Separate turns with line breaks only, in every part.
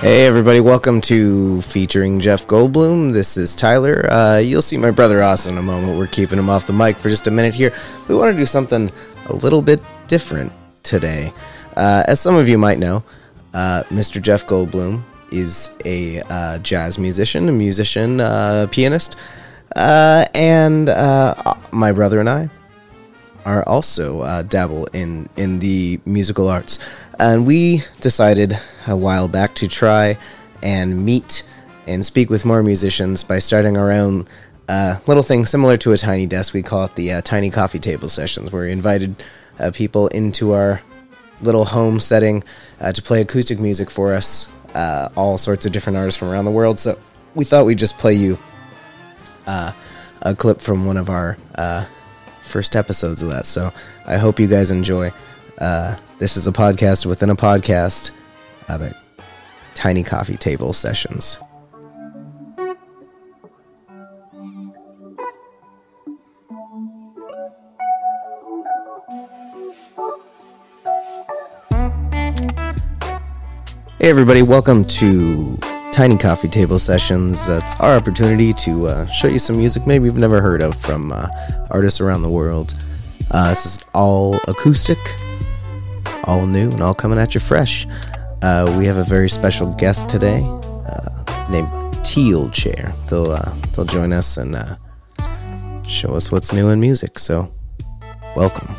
Hey, everybody, welcome to Featuring Jeff Goldblum. This is Tyler. Uh, you'll see my brother Austin in a moment. We're keeping him off the mic for just a minute here. We want to do something a little bit different today. Uh, as some of you might know, uh, Mr. Jeff Goldblum is a uh, jazz musician, a musician, uh, pianist, uh, and uh, my brother and I are also uh, dabble in in the musical arts, and we decided a while back to try and meet and speak with more musicians by starting our own uh, little thing similar to a tiny desk. We call it the uh, tiny coffee table sessions, where we invited uh, people into our little home setting uh, to play acoustic music for us, uh, all sorts of different artists from around the world. So we thought we'd just play you uh, a clip from one of our uh, first episodes of that. So I hope you guys enjoy. Uh, this is a podcast within a podcast, uh, the Tiny Coffee Table Sessions. Hey, everybody, welcome to Tiny Coffee Table Sessions. That's our opportunity to uh, show you some music maybe you've never heard of from uh, artists around the world. Uh, this is all acoustic, all new, and all coming at you fresh. Uh, we have a very special guest today uh, named Teal Chair. They'll, uh, they'll join us and uh, show us what's new in music. So, welcome.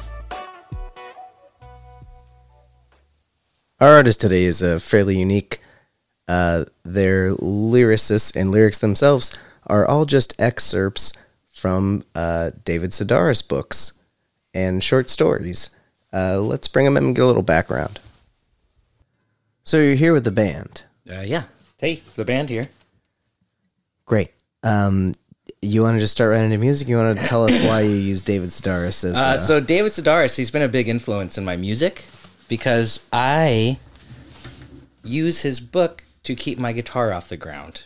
Our artist today is uh, fairly unique. Uh, their lyricists and lyrics themselves are all just excerpts from uh, David Sedaris books and short stories. Uh, let's bring them in and get a little background. So you're here with the band.
Uh, yeah. Hey, the band here.
Great. Um, you want to just start right into music? You want to tell us why you use David Sedaris as
Uh,
uh,
so David Sedaris, he's been a big influence in my music because I use his book to keep my guitar off the ground.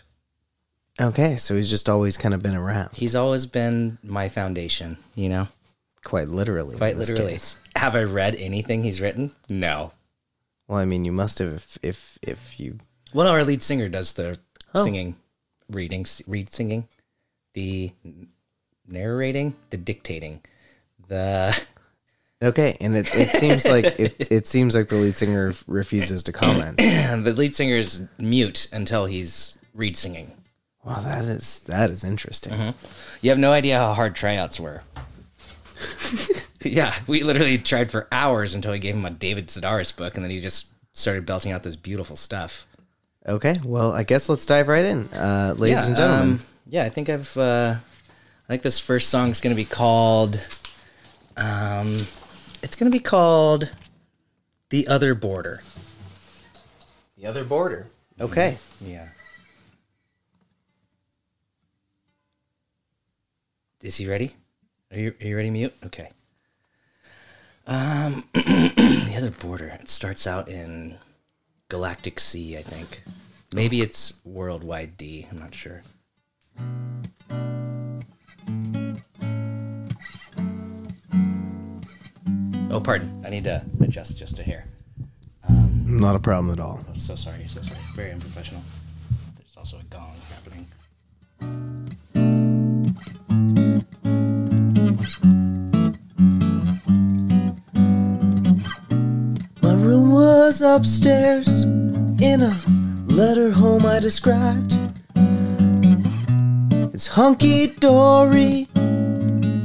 okay? So he's just always kind of been around,
He's always been my foundation, you know,
quite literally. in
quite
this
literally.
case.
Have I read anything he's written? No.
Well, I mean, you must have if if, if you
Well, no, our lead singer does the singing, reading, read singing, the narrating, the dictating, the
Okay, and it, it seems like it, it seems like the lead singer f- refuses to comment.
the lead singer is mute until he's read singing.
Wow, that is that is interesting.
Uh-huh. You have no idea how hard tryouts were. yeah, we literally tried for hours until we gave him a David Sedaris book, and then he just started belting out this beautiful stuff.
Okay, well, I guess let's dive right in, uh, ladies
yeah,
and gentlemen.
um, yeah, I think I've. Uh, I think this first song is going to be called. Um, it's going to be called "The Other Border."
the other border. Okay,
Yeah. Is he ready? Are you are you ready, mute? Okay. Um, the other border. It starts out in Galactic Sea, I think. Maybe it's Worldwide D. I'm not sure. Oh, pardon. I need to adjust just a hair.
not a problem at all.
So sorry, so sorry. Very unprofessional. There's also a gong happening.
My room was upstairs in a letter home I described. It's hunky dory.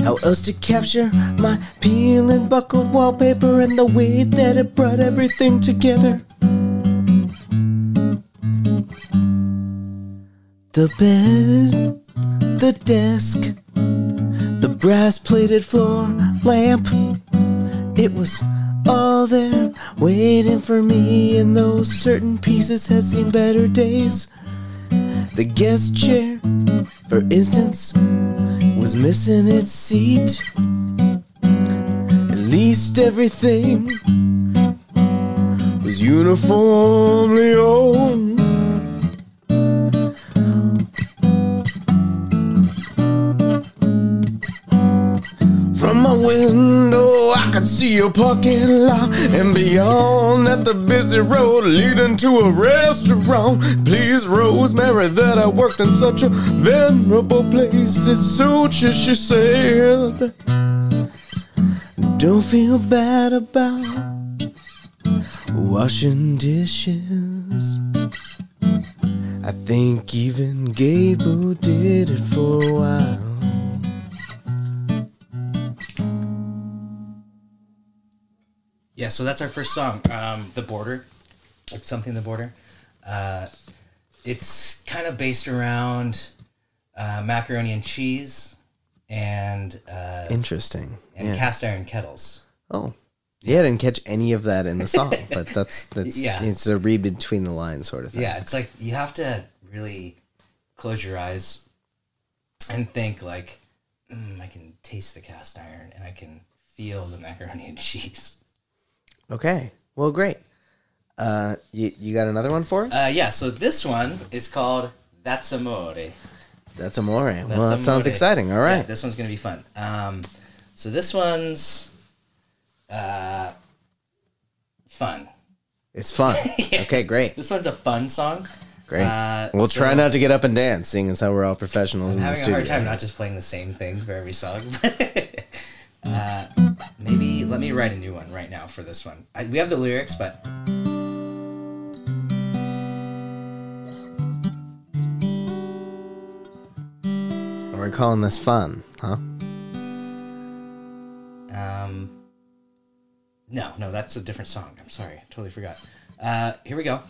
How else to capture my peel and buckled wallpaper and the way that it brought everything together? The bed, the desk, the brass plated floor lamp. It was all there, waiting for me, and those certain pieces had seen better days. The guest chair, for instance, was missing its seat. At least everything was uniformly old. From my window, I could I see a parking lot and beyond at the busy road leading to a restaurant. Please, Rosemary, that I worked in such a venerable place. It suits you, she said. Don't feel bad about washing dishes. I think even Gable did it for a while.
Yeah, so that's our first song, um, "The Border," or something. "The Border." Uh, it's kind of based around uh, macaroni and cheese and uh,
Interesting.
and
yeah.
cast iron kettles.
oh, yeah, I didn't catch any of that in the song, but that's that's
Yeah.
it's a read between the lines sort of thing.
Yeah, it's like you have to really close your eyes and think like, mm, I can taste the cast iron and I can feel the macaroni and cheese.
Okay. Well, great. Uh, you, you got another one for us?
Uh, yeah, so this one is called "That's Amore."
that's Amore. well, that
That's
sounds
Amore.
exciting. All
Yeah,
right.
this one's gonna be fun. Um, so this one's uh, fun.
it's fun. Okay, great.
This one's a fun song.
Great.
Uh,
we'll
so-
try not to get up and dance, seeing as how we're all professionals in the
having a
studio.
hard time not just playing the same thing for every song. uh, maybe let me write a new one right now for this one. I, we have the lyrics, but
We're calling this fun, huh?
um, no, no, that's a different song. I'm sorry, I totally forgot. Uh, here we go.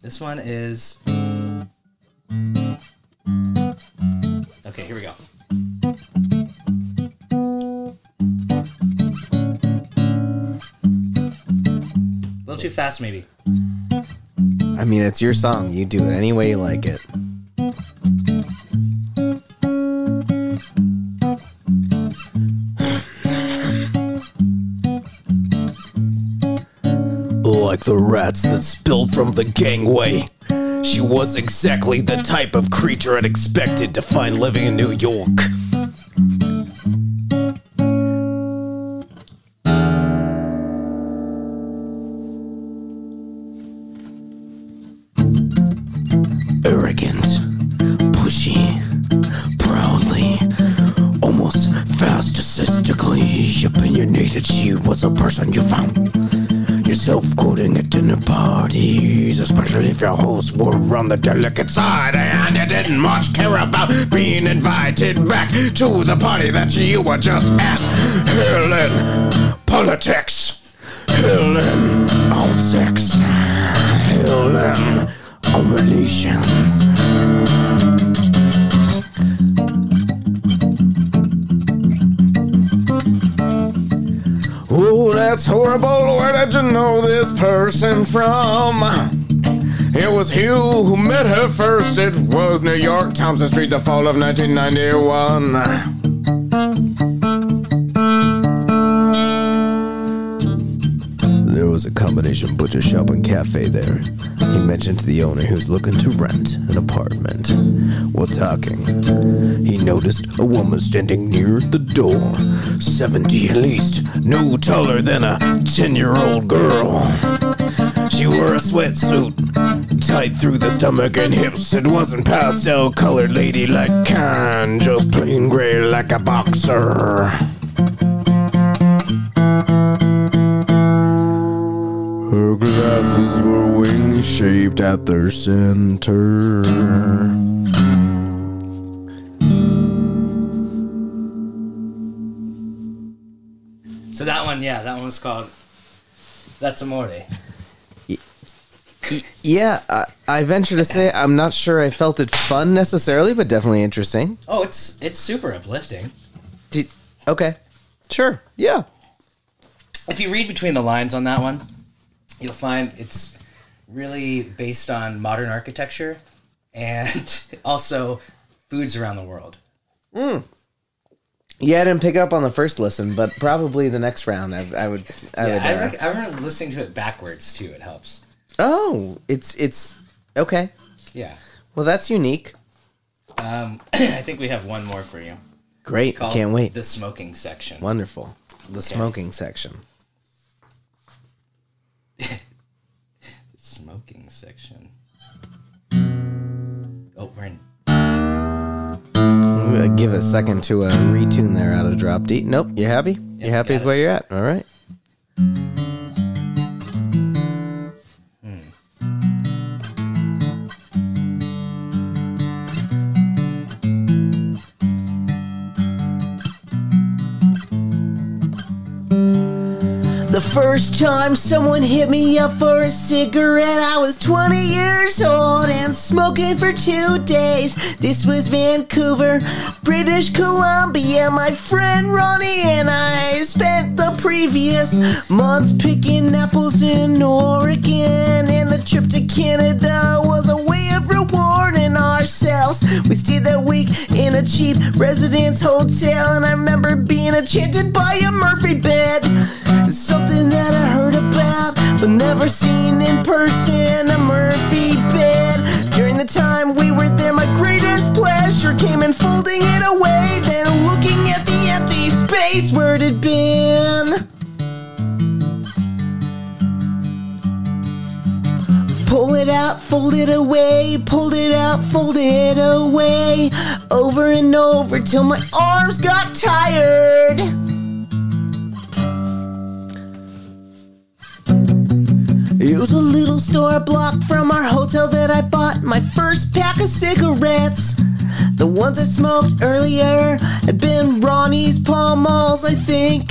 This one is okay. Here we go. A little too fast, maybe.
I mean, it's your song. You do it any way you like it.
like the rats that spilled from the gangway. She was exactly the type of creature I'd expected to find living in New York. Arrogant, pushy, proudly, almost fascistically opinionated, she was a person you found yourself quoting at dinner parties, especially if your hosts were on the delicate side and you didn't much care about being invited back to the party that you were just at. Helen, politics. Helen, on sex. Helen, on relations.
Ooh, that's horrible. Where did you know this person from? It was Hugh who met her first. It was New York, Thompson Street, the fall of 1991. There was a combination butcher shop and cafe there. He mentioned to the owner he was looking to rent an apartment. While talking, he noticed a woman standing near the door. 70 at least, no taller than a 10 year old girl. She wore a sweatsuit, tight through the stomach and hips. It wasn't pastel colored lady like kind, just plain gray like a boxer. Her glasses were wing shaped at their center.
So that one, yeah, that one was called That's Amore.
Yeah, I, I venture to say I'm not sure I felt it fun necessarily, but definitely interesting.
Oh, it's it's super uplifting.
Did, okay, sure, yeah.
If you read between the lines on that one, you'll find it's really based on modern architecture and also foods around the world.
Yeah, I didn't pick up on the first listen, but probably the next round I, I would. I
Yeah,
would.
I,
uh,
rec- I remember listening to it backwards too. It helps.
oh, it's it's okay.
Yeah.
Well, that's unique.
Um, I think we have one more for you.
Great,
Called
can't wait.
The smoking section.
Wonderful.
the smoking section.
Smoking section. Oh, we're in.
I'm gonna give a second to uh, retune there out of drop D. Nope, you happy? You happy with
got it.
where you're at? All right.
The first time someone hit me up for a cigarette, I was 20 years old and smoking for two days. This was Vancouver, British Columbia. My friend Ronnie and I spent the previous months picking apples in Oregon, and the trip to Canada was a way of rewarding ourselves. We stayed that week in a cheap residence hotel, and I remember being enchanted by a Murphy bed. Something that I heard about, but never seen in person. A Murphy bed. During the time we were there, my greatest pleasure came in folding it away, then looking at the empty space where it had been. Pull it out, fold it away, pulled it out, fold it away, over and over till my arms got tired. It was a little store block from our hotel that I bought my first pack of cigarettes. The ones I smoked earlier had been Ronnie's Pall Malls, I think.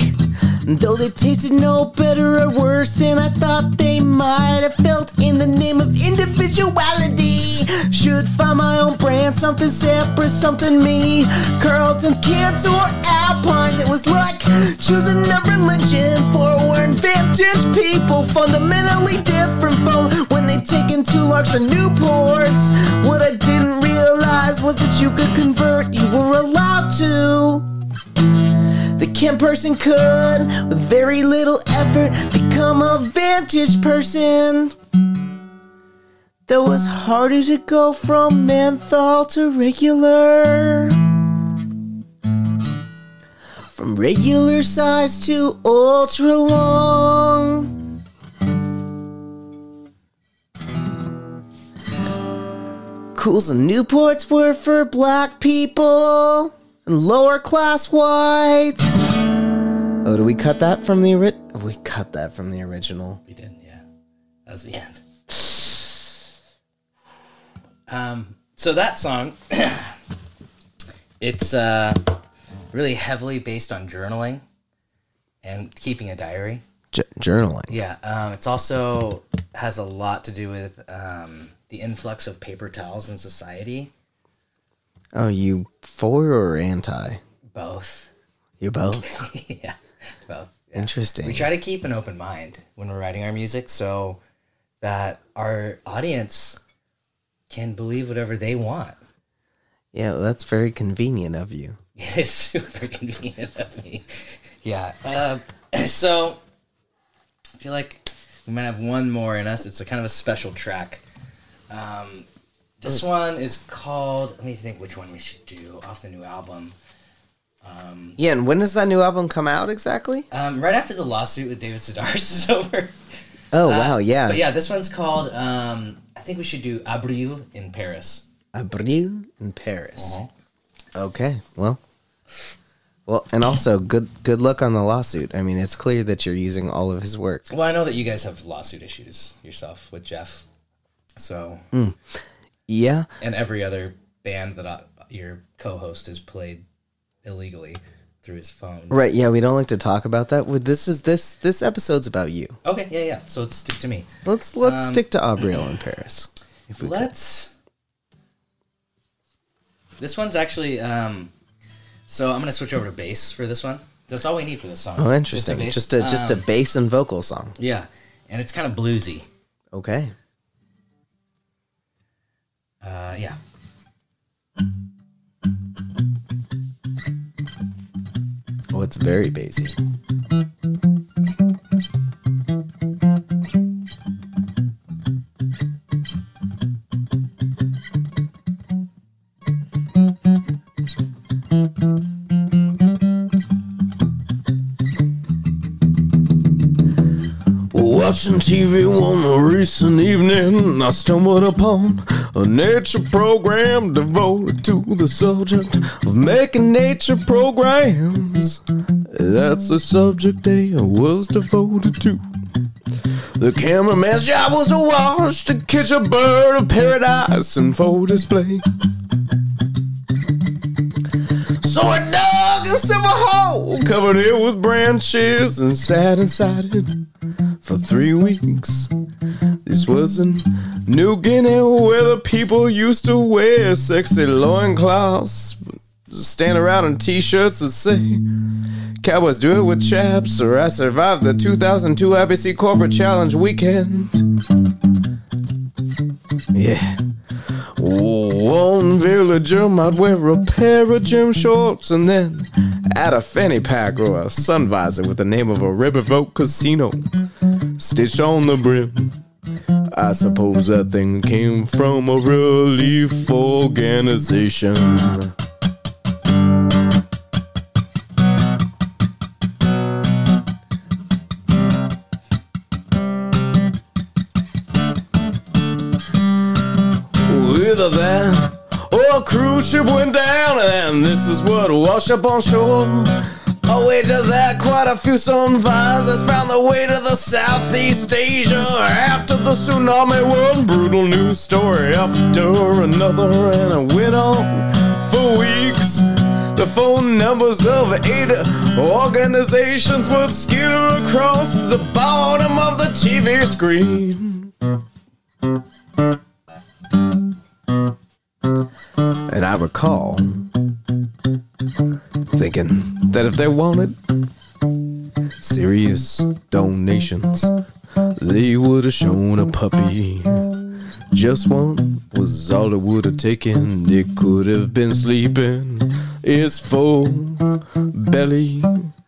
Though they tasted no better or worse than I thought they might have felt in the name of individuality. Should find my own brand, something separate, something me. Carlton's, Kent's, or Alpines. It was like choosing a religion for when vintage people fundamentally different from when they taken two larks or Newports. What I didn't realize was that you could convert, you were allowed to. The Kent person could, with very little effort, become a vintage person. That was harder to go from menthol to regular. From regular size to ultra long. Cools and Newports were for black people and lower class whites.
Oh, do we cut that from the ori- We cut that from the original.
We did, yeah. That was the end. Um, so that song, it's uh, really heavily based on journaling and keeping a diary.
J- journaling.
Yeah, um, it's also has a lot to do with um, the influx of paper towels in society.
Oh, you for or anti?
Both,
You both.
yeah, both.
Interesting.
We try to keep an open mind when we're writing our music so that our audience can believe whatever they want.
Yeah, well, that's very convenient of you.
It is super convenient of me. Yeah. Uh, so I feel like we might have one more in us. It's a kind of a special track. Um, this one is called. Let me think which one we should do off the new album.
Yeah, and when does that new album come out exactly?
Um, right after the lawsuit with David Sedaris is over.
Oh wow, yeah.
Uh, But yeah, this one's called. Um, I think we should do Abril in Paris.
Abril in Paris.
Uh-huh.
Okay, well, well, and also good good luck on the lawsuit. I mean, it's clear that you're using all of his work.
Well, I know that you guys have lawsuit issues yourself with Jeff. So
Yeah,
and every other band that I, your co-host has played illegally through his phone.
right. Yeah, we don't like to talk about that. Well, This is this this episode's about you.
Okay, yeah, yeah. So let's stick to me.
Let's let's
Um,
stick to Abril in Paris. If we could.
Let's. This one's actually. Um, so I'm gonna switch over to bass for this one. That's all we need for this song.
Oh, interesting.
bass.
Just a just a,
Um,
bass and vocal song.
yeah, and it's kind of bluesy.
Okay.
Uh, yeah.
Oh, it's very bassy.
Watching TV one recent evening, I stumbled upon a nature program devoted to the subject of making nature programs. That's the subject they was devoted to. The cameraman's job was to watch to catch a bird of paradise in full display. So I dug himself a hole, covered it with branches, and sat inside it for three weeks. This was in New Guinea where the people used to wear sexy loincloths, stand around in t shirts that say, Cowboys do it with chaps, or I survived the 2002 IBC Corporate Challenge weekend. Yeah. One villager might wear a pair of gym shorts and then add a fanny pack or a sun visor with the name of a riverboat casino stitched on the brim. I suppose that thing came from a relief organization. Either that or a cruise ship went down, and this is what washed up on shore. I wager that quite a few sun visors found their way to the Southeast Asia after the tsunami. One brutal news story after another, and it went on for weeks. The phone numbers of eight organizations would skitter across the bottom of the TV screen. And I recall thinking that if they wanted serious donations, they would have shown a puppy. Just one was all it would have taken. It could have been sleeping its full belly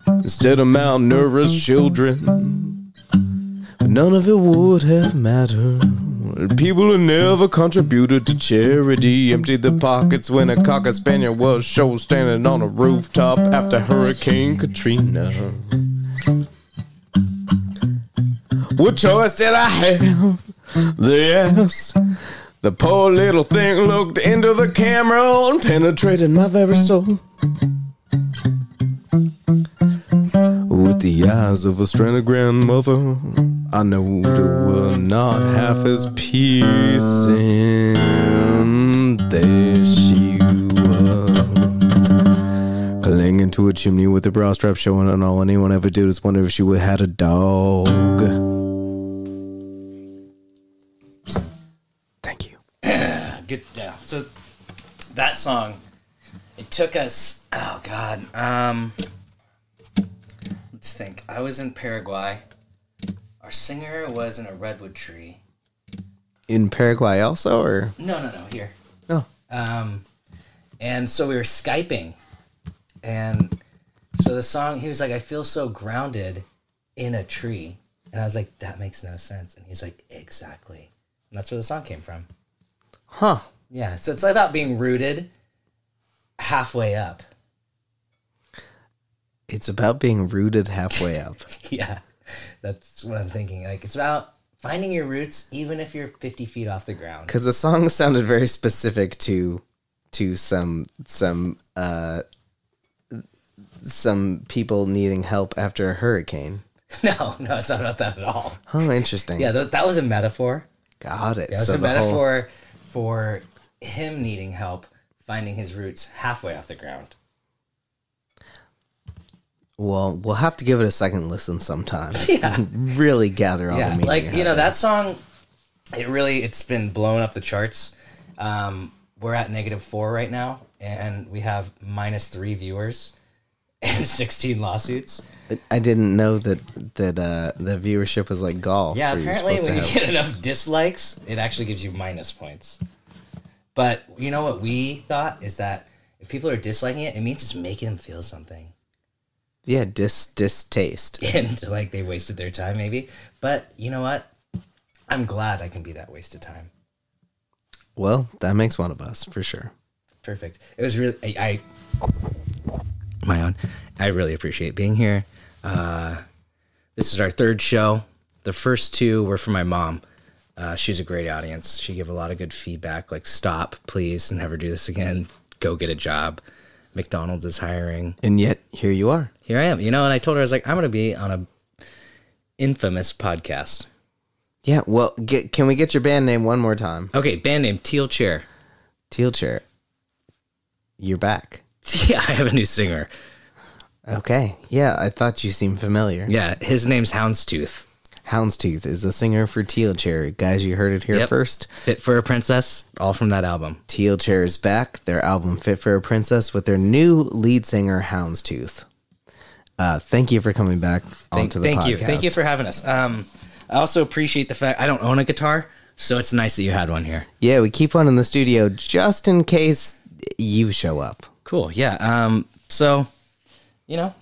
instead of malnourished children. But none of it would have mattered. People who never contributed to charity emptied their pockets when a cocker spaniel was shown standing on a rooftop after Hurricane Katrina. What choice did I have? They asked. The poor little thing looked into the camera and penetrated my very soul. With the eyes of a stranded grandmother, I know there were not half as peace in there she was. Clinging to a chimney with a bra strap showing, and all anyone ever did was wonder if she would had a dog. Thank you.
Good. Yeah. So that song, it took us. Oh God. Um. Let's think. I was in Paraguay. Our singer was in a redwood tree.
In Paraguay, also, or
No, no, no. Here.
no?
Um, and so we were skyping, and so the song he was like, "I feel so grounded in a tree," and I was like, "That makes no sense." And he's like, "Exactly," and that's where the song came from.
Huh?
Yeah, so it's about being rooted halfway up.
It's about being rooted halfway up.
Yeah, that's what I'm thinking. Like it's about finding your roots, even if you're 50 feet off the ground.
because the song sounded very specific to to some some uh some people needing help after a hurricane.
No, no, it's not about that at all.
Oh, interesting.
Yeah, th- that was a metaphor.
got it.
That was
So
a
the whole-
metaphor for him needing help finding his roots halfway off the ground.
well, we'll have to give it a second listen sometime. and really gather all the
Yeah,
meaning.
like you know that song. It really it's been blown up the charts. Um, we're at negative four right now, and we have minus three viewers and sixteen lawsuits.
I didn't know that that uh the viewership was like golf.
Yeah,
where you're
apparently
supposed
when
to
you
have-
get enough dislikes, it actually gives you minus points. But you know what we thought is that if people are disliking it, it means it's making them feel something.
yeah, dis distaste.
and like they wasted their time maybe but you know what i'm glad i can be that waste of time
Well, that makes one of us for sure.
perfect it was really i, I my own i really appreciate being here uh this is our third show The first two were for my mom. Uh, she's a great audience. She gave a lot of good feedback, like "Stop, please, never do this again. Go get a job. McDonald's is hiring."
And yet, here you are.
Here I am, you know. And I told her I was like, "I'm going to be on a infamous podcast."
Yeah, well, get, can we get your band name one more time?
Okay, band name Teal Chair.
Teal Chair. You're back.
Yeah, I have a new singer.
Okay. Yeah, I thought you seemed familiar.
Yeah, his name's Houndstooth.
Houndstooth is the singer for Teal Chair. Guys, you heard it here
Yep.
first.
Fit for a Princess, all from that album.
Teal Chair is back, their album Fit for a Princess, with their new lead singer, Houndstooth. Uh, thank you for coming back
Thank,
onto the
thank
podcast.
you, thank you for having us. Um, I also appreciate the fact I don't own a guitar, so it's nice that you had one here.
Yeah, we keep one in the studio just in case you show up.
Cool, yeah. Um, so, you know,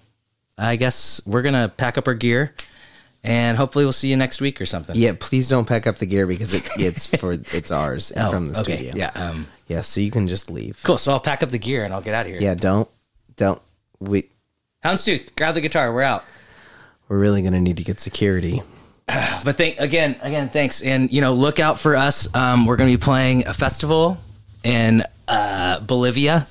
I guess we're gonna pack up our gear, and hopefully we'll see you next week or something.
Yeah, please don't pack up the gear because it, it's for it's ours
Oh,
from the
okay,
studio.
Yeah. Um,
yeah, so you can just leave.
cool. So I'll pack up the gear and I'll get out of here.
Yeah, don't don't we
Houndstooth, grab the guitar. We're out.
we're really gonna need to get security.
But thank again, again, thanks, and you know, look out for us. Um, we're going to be playing a festival in uh, Bolivia.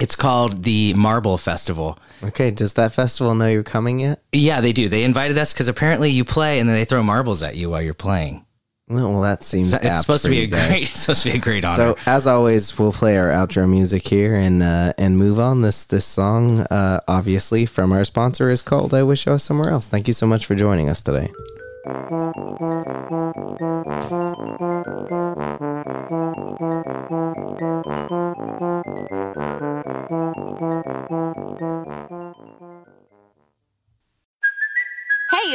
It's called the Marble Festival.
Okay, does that festival know you're coming yet?
Yeah, they do. They invited us because apparently you play, and then they throw marbles at you while you're playing.
No, well that seems
It's
apt
supposed to
for
be
you
a
guys.
great. It's supposed to be a great honor.
So as always, we'll play our outro music here and uh, and move on. This this song, uh, obviously from our sponsor, is called "I Wish I Was Somewhere Else." Thank you so much for joining us today.
Hey,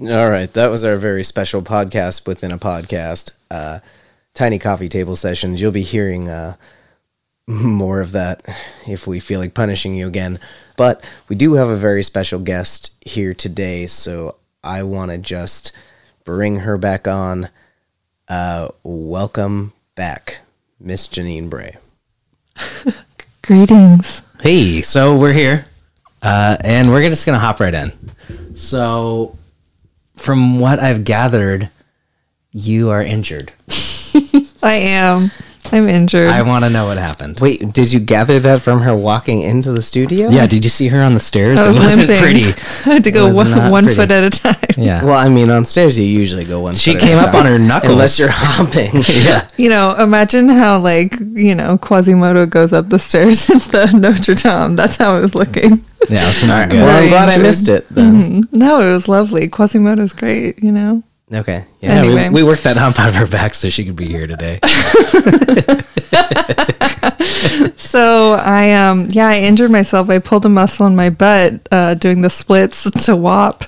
All right, that was our very special podcast within a podcast, uh, tiny coffee table sessions. You'll be hearing uh, more of that if we feel like punishing you again. But we do have a very special guest here today, so I want to just bring her back on. Uh, welcome back, Miss Janine Bray.
Greetings.
Hey, so we're here, uh, and we're just gonna hop right in. So, from what I've gathered, you are injured.
I am. I'm injured.
I want to know what happened.
Wait, did you gather that from her walking into the studio?
Yeah, did you see her on the stairs?
I was
it wasn't
limping.
pretty.
I had to go
was not
one, one
pretty.
foot at a time.
Yeah.
Well, I mean, on stairs you usually go one.
She
foot at a
came up
time,
on her knuckles.
unless you're hopping.
yeah.
You know, imagine how like you know Quasimodo goes up the stairs in the Notre Dame. That's how it was
Yeah.
looking.
It's not good.
Well, I'm glad I
injured.
missed it then.
No, it was lovely. Quasimodo's great. You know.
Mm-hmm. Okay. Yeah.
Yeah,
And-
we-
anyway.
we, worked that hump out of her back so she could be here today.
So I um yeah I injured myself. I pulled a muscle in my butt uh, doing the splits to WAP.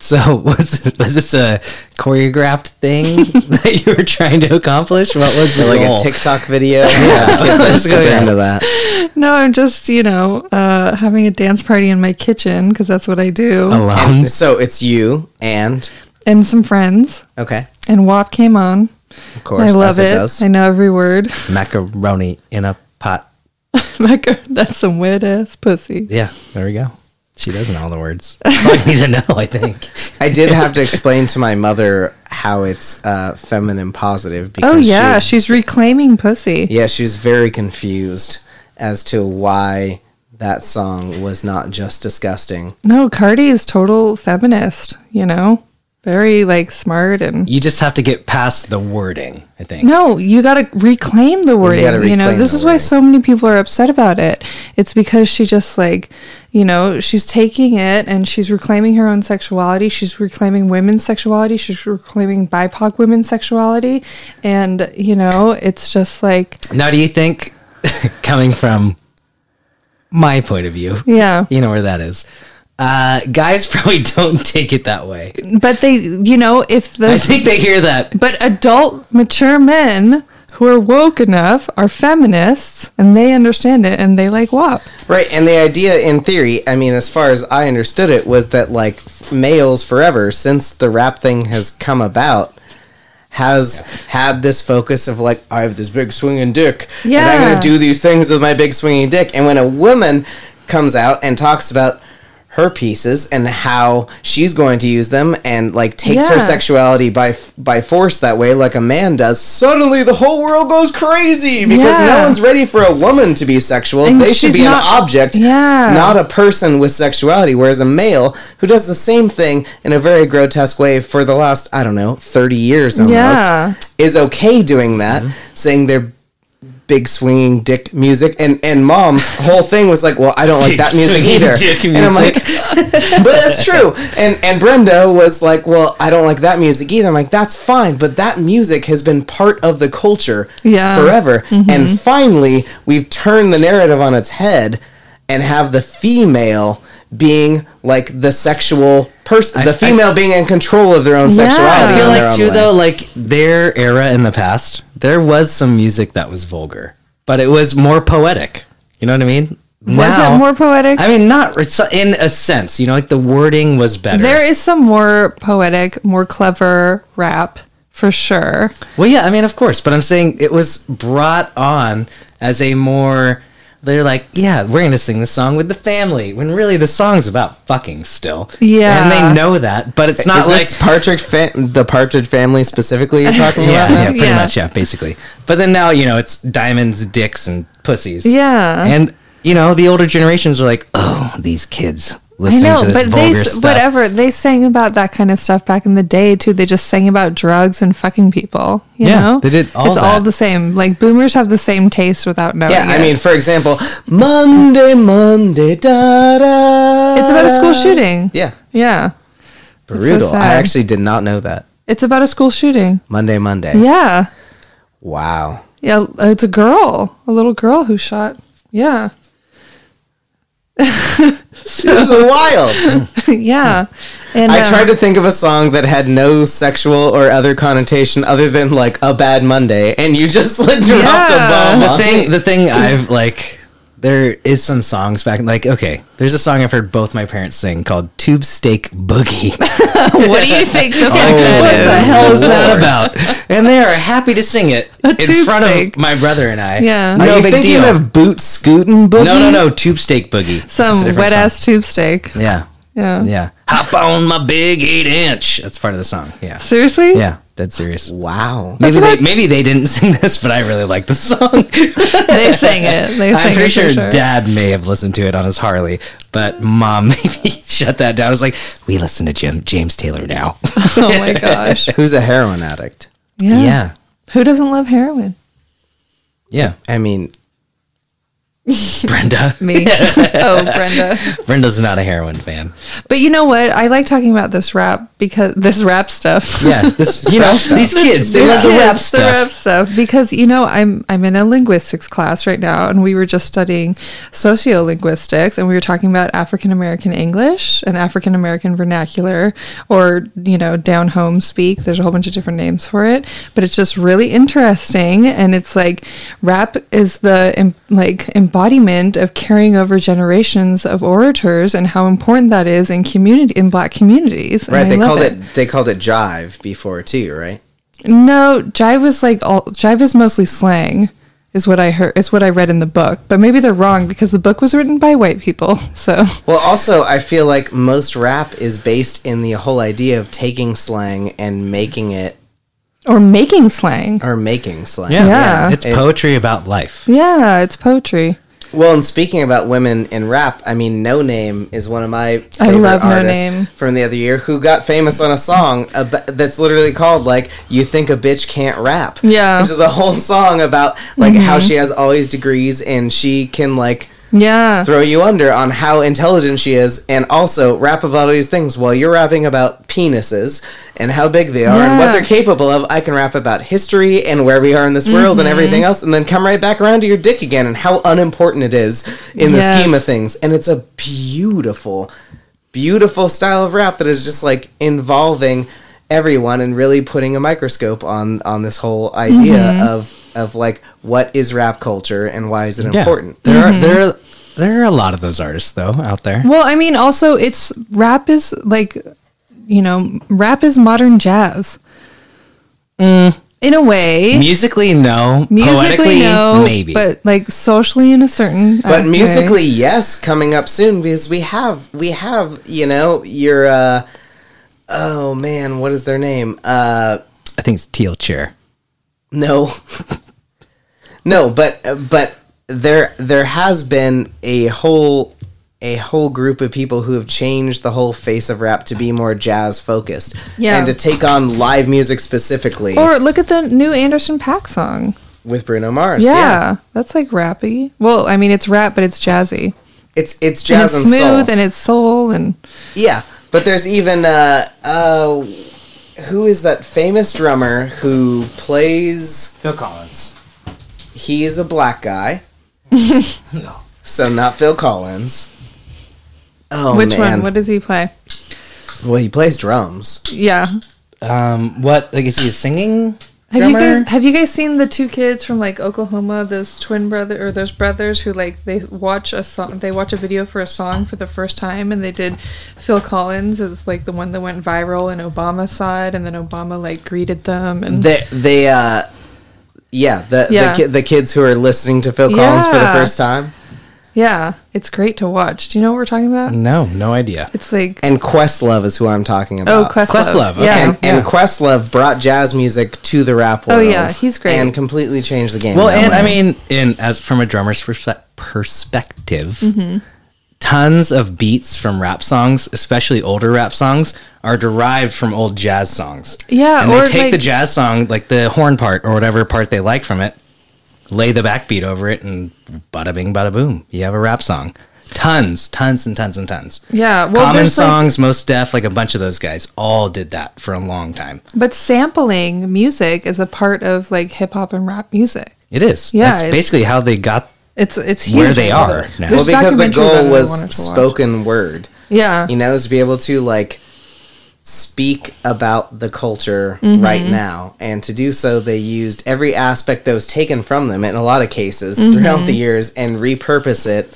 So was was this a choreographed thing that you were trying to accomplish? What was the
like
goal?
a TikTok video. Yeah. Kids are super into that.
No, I'm just you know uh, having a dance party in my kitchen because that's what I do,
alone?
So it's you and
and some friends.
okay,
And WAP came on.
of course.
I
as
love it.
does.
I know every word.
Macaroni in a pot.
Maca- That's some wet ass pussy.
Yeah, there we go. She does know all the words. That's all you need to know, I think.
I did have to explain to my mother how it's uh, feminine positive because
Oh yeah,
she
she's reclaiming pussy.
was, yeah, she was very confused as to why that song was not just disgusting.
No, Cardi is total feminist. You know, very like smart and.
You just have to get past the wording, I think.
No, you got to reclaim the wording. You,
gotta
know,
reclaim
this
the
is why
wording.
so many people are upset about it. It's because she just like, you know, she's taking it and she's reclaiming her own sexuality. She's reclaiming women's sexuality. She's reclaiming BIPOC women's sexuality, and you know, it's just like,
Now, do you think, coming from my point of view,
yeah,
you know where that is, Uh, guys probably don't take it that way.
But they, you know, if the
I think they hear that.
But adult, mature men who are woke enough are feminists and they understand it and they like WAP.
Right, and the idea in theory, I mean, as far as I understood it, was that like f- males forever since the rap thing has come about has had this focus of like I have this big swinging dick, and I'm
Yeah.
gonna do these things with my big swinging dick. And when a woman comes out and talks about her pieces and how she's going to use them and like takes her
Yeah.
sexuality by f- by force that way like a man does suddenly the whole world goes crazy because no
Yeah.
one's ready for a woman to be sexual
And
they should
she's
be
not-
an object,
Yeah.
not a person with sexuality. Whereas a male who does the same thing in a very grotesque way for the last, I don't know, 30 years almost,
Yeah.
is okay doing that,
Mm-hmm.
saying their big swinging dick music. And, and mom's whole thing was like, well, I don't like
Big
that music
swinging
either.
dick
And I'm like, but that's true. And, and Brenda was like, well, I don't like that music either. I'm like, that's fine. But that music has been part of the culture
Yeah.
forever forever. And finally, we've turned the narrative on its head and have the female being like the sexual person, the
I
female
f-
being in control of their own sexuality. in
I
I
their
feel like
own
too
way.
though, like their era in the past, there was some music that was vulgar, but it was more poetic. You know what I mean?
Was it more poetic?
I mean, not it's in a sense. You know, like the wording was better.
there is some more poetic, more clever rap for sure.
well, yeah, I mean, of course, but I'm saying it was brought on as a more. They're like, yeah, we're gonna sing this song with the family, when really the song's about fucking still.
Yeah.
and they know that, but it's
Is
not like
this Partridge fa- the Partridge family specifically you're talking
yeah,
about? now?
yeah, pretty
Yeah.
much, yeah, basically. But then now, you know, it's diamonds, dicks, and pussies.
Yeah.
And, you know, the older generations are like, oh, these kids listening to this
they
vulgar
s-
stuff.
whatever they sang about that kind of stuff back in the day too. They just sang about drugs and fucking people. You
Yeah,
know,
they did all
It's all
that.
the same. Like boomers have the same taste without knowing.
Yeah, I
it.
mean, for example, Monday, Monday, da da.
it's about a school
uh,
shooting.
Yeah,
yeah,
brutal. I
sad.
actually did not know that.
it's about a school shooting.
Monday, Monday.
Yeah,
Wow.
yeah, it's a girl, a little girl who shot. Yeah,
This is wild.
yeah,
Hmm.
and
I
um,
tried to think of a song that had no sexual or other connotation other than like a bad Monday, and you just like dropped
Yeah.
a bomb.
the
on
thing,
me.
the thing I've, like, there is some songs back, like, okay, there's a song I've heard both my parents sing called Tube Steak Boogie.
What do you think the fuck
what
Oh. what the
that is?
hell is
Lord.
that about? And they are happy to sing it in
tube
front
steak.
of my brother and I.
Yeah.
No
Are you
big
thinking
deal.
of boot scootin' boogie?
no, no, no, Tube Steak Boogie. That's a
Some
different
wet
song.
ass tube steak.
Yeah.
Yeah.
Yeah. Hop on my big eight inch. That's part of the song. Yeah.
Seriously?
Yeah. That's serious.
Wow.
Maybe they, maybe they didn't sing this, but I really like the song.
They sang it. They sang
I'm
it
pretty
for
sure,
sure.
Dad may have listened to it on his Harley, but Mom maybe shut that down. I was like, we listen to Jim James Taylor now.
Oh my gosh.
Who's a heroin addict?
Yeah.
yeah.
Who doesn't love heroin?
Yeah.
I mean,
Brenda.
Me. oh, Brenda.
Brenda's not a heroin fan.
But you know what? I like talking about this rap because this rap stuff.
Yeah. This, you know, these kids, they
These
love the
kids,
rap
The
stuff.
rap stuff. Because you know, I'm I'm in a linguistics class right now, and we were just studying sociolinguistics, and we were talking about African American English and African American vernacular, or you know, down home speak. There's a whole bunch of different names for it, but it's just really interesting, and it's like rap is the em- like embodiment of carrying over generations of orators and how important that is in community in Black communities. and
right?
I
They
love
called it. they called it jive before too, right?
no, jive is like all jive is mostly slang, is what I heard is what I read in the book. But maybe they're wrong because the book was written by white people. So
Well, also, I feel like most rap is based in the whole idea of taking slang and making it
or making slang.
or making slang.
Yeah.
It's poetry about life.
Yeah, it's poetry.
Well, and speaking about women in rap, I mean, No Name is one of my favorite
I love No
artists
Name.
from the other year who got famous on a song ab- that's literally called like "You Think a Bitch Can't Rap,"
Yeah. Mm-hmm.
which is a whole song about like how she has all these degrees and she can like
Yeah.
throw you under on how intelligent she is, and also rap about all these things. While you're rapping about penises and how big they are and what
Yeah.
they're capable of, I can rap about history and where we are in this world and
Mm-hmm.
everything else, and then come right back around to your dick again and how unimportant it is in the
Yes.
scheme of things. And it's a beautiful, beautiful style of rap that is just like involving everyone and really putting a microscope on on this whole idea
Mm-hmm.
of of like what is rap culture and why is it important.
There
Mm-hmm.
are there are, there are a lot of those artists though out there.
Well, I mean, also it's rap is like, you know, rap is modern jazz. In a way,
Musically, no.
musically
Poetically,
no,
maybe.
but like socially in a certain. uh,
But
way.
musically, yes, coming up soon because we have we have you know your uh oh man what is their name uh
I think it's teal chair.
no no but but there there has been a whole a whole group of people who have changed the whole face of rap to be more jazz focused
Yeah.
and to take on live music specifically
or look at the new Anderson Pack song.
with Bruno Mars
Yeah, that's like rappy. Well, I mean, it's rap, but it's jazzy.
it's it's
And
jazz
it's
and,
smooth
soul.
and it's soul and
Yeah, but there's even uh, uh, who is that famous drummer who plays?
Phil Collins.
He's a black guy,
No.
so not Phil Collins. Oh
which
man!
one? What does he play?
Well, he plays drums.
Yeah.
Um, what? Like, is he a singing?
Have you,
Drummer?
guys, have you guys seen the two kids from like Oklahoma, those twin brother or those brothers who like they watch a song, they watch a video for a song for the first time, and they did Phil Collins is like the one that went viral, and Obama saw it, and then Obama like greeted them, and
They they uh, yeah the
Mm. Yeah.
The, ki- the kids who are listening to Phil Collins for the
Yeah.
first time
yeah, it's great to watch. Do you know what we're talking about?
No, no idea.
It's like
Mm. and Questlove is who I'm talking about.
oh, Questlove,
Questlove, okay.
yeah,
And, and Questlove brought jazz music to the rap
Oh,
world.
yeah, he's great.
and completely changed the game.
Well,
that
and I
way.
mean, in as from a drummer's perspe- perspective,
Mm-hmm.
tons of beats from rap songs, especially older rap songs, are derived from old jazz songs.
Yeah,
and
or,
they take the
like-
jazz song, like the horn part or whatever part they like from it, lay the backbeat over it, and bada bing, bada boom, you have a rap song. Tons, tons, and tons and tons.
yeah. Well,
Common
there's like
songs, most deaf, like a bunch of those guys, all did that for a long time.
But sampling music is a part of like hip hop and rap music.
It is.
Yeah,
that's
it-
basically how they got
It's it's huge.
Where they
I love
are
it.
now.
well, because
There's
the
documentary about
goal
it I wanted
was
to watch.
spoken word.
Yeah,
you know, is to be able to like speak about the culture
Mm-hmm.
right now. And to do so, they used every aspect that was taken from them in a lot of cases
Mm-hmm.
throughout the years and repurpose it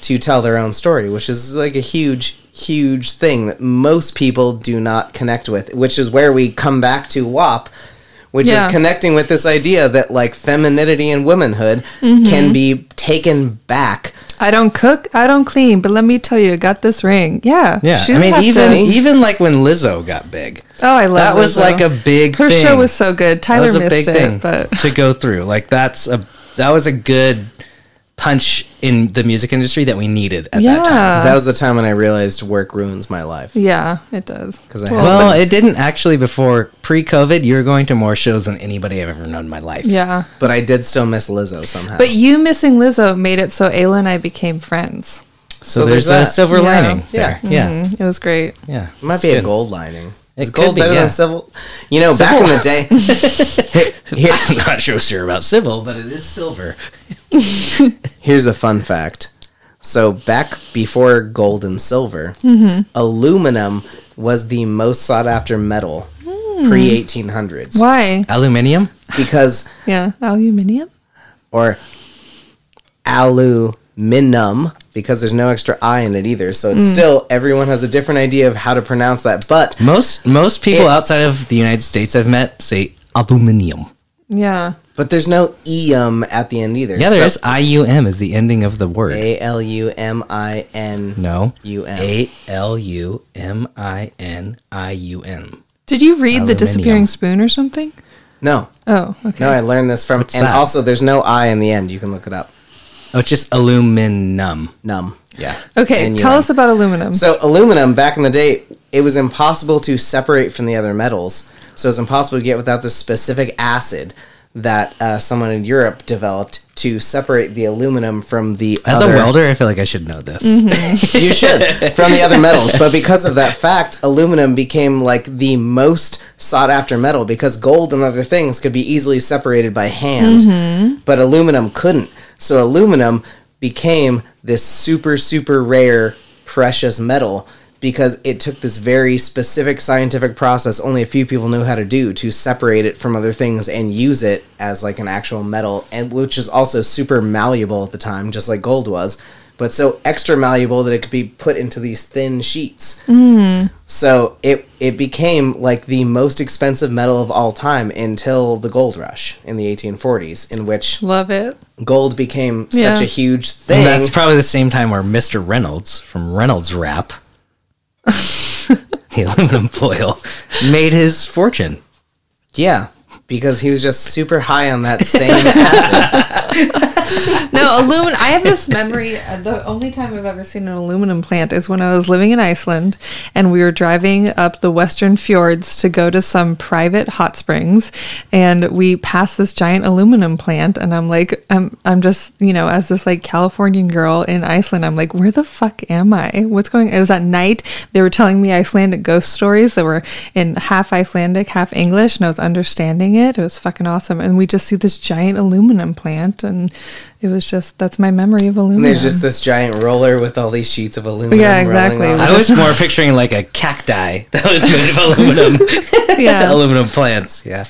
to tell their own story, which is like a huge, huge thing that most people do not connect with, which is where we come back to WAP. Which
Yeah.
is connecting with this idea that like femininity and womanhood
Mm-hmm.
can be taken back
I don't cook, I don't clean, but let me tell you, I got this ring. Yeah,
Yeah,
she
I mean,
had to-
even even like when Lizzo got big,
oh, I love
that was
Lizzo.
like a big.
her
thing.
show was so good.
that
Tyler
was a big
missed it,
thing
but
to go through. Like that's a that was a good punch in the music industry that we needed at
yeah,
that time.
that was the time when I realized work ruins my life.
Uh, yeah, it does.
'Cause I
Well, it didn't actually before pre-COVID. You were going to more shows than anybody I've ever known in my life.
yeah,
But I did still miss Lizzo somehow.
but you missing Lizzo made it so Ayla and I became friends.
So
So,
there's
there's, a
that.
silver
Yeah. Mm-hmm.
lining.
Yeah.
there. yeah,
It was great.
yeah.
it might be a gold lining.
It
Is
could
gold
be,
better
yeah.
than civil? You know, back in the day, here,
I'm not so sure about civil, but it is silver.
here's a fun fact. So back before gold and silver,
Mm-hmm.
aluminum was the most sought after metal
Hmm.
pre 1800s
Why?
Aluminium.
because
Yeah, aluminium.
or aluminum because there's no extra i in it either. So it's
Hmm.
still everyone has a different idea of how to pronounce that, but
Most most people
It-
outside of the United States I've met say aluminium.
Yeah,
but there's no eum at the end either.
Yeah, there
So-
is. I U M is the ending of the word.
A L U M I N.
no.
U M.
A L U M I N I U M.
did you read the
Aluminium.
disappearing spoon or something?
No.
Oh, okay.
No, I learned this from. and
that?
also, there's no I in the end. You can look it up.
Oh, it's just aluminum.
Numb.
Yeah.
okay,
and
tell
yuan.
us about aluminum.
So, aluminum, back in the day, it was impossible to separate from the other metals. So, it's impossible to get without this specific acid that uh, someone in Europe developed to separate the aluminum from the
As
other
a welder, I feel like I should know this.
you should from the other metals but because of that fact aluminum became like the most sought after metal because gold and other things could be easily separated by hand but aluminum couldn't so aluminum became this super super rare precious metal because it took this very specific scientific process only a few people knew how to do to separate it from other things and use it as like an actual metal and which is also super malleable at the time just like gold was but so extra malleable that it could be put into these thin sheets so it it became like the most expensive metal of all time until the gold rush in the 1840s in which
Love it.
gold became
Yeah.
such a huge thing
And that's probably the same time where Mr. Reynolds from Reynolds Wrap, the aluminum foil, made his fortune.
yeah because he was just super high on that same acid
No, aluminum. I have this memory. uh, The only time I've ever seen an aluminum plant is when I was living in Iceland and we were driving up the western fjords to go to some private hot springs. And we passed this giant aluminum plant. And I'm like, I'm, I'm just, you know, as this like Californian girl in Iceland, I'm like, where the fuck am I? What's going It was at night. They were telling me Icelandic ghost stories that were in half Icelandic, half English. And I was understanding it. It was fucking awesome. And we just see this giant aluminum plant. And it was just, that's my memory of
and
aluminum.
there's just this giant roller with all these sheets of aluminum
Yeah, exactly.
rolling on it.
I was more picturing like a cacti that was made of aluminum,
yeah.
aluminum plants. Yeah,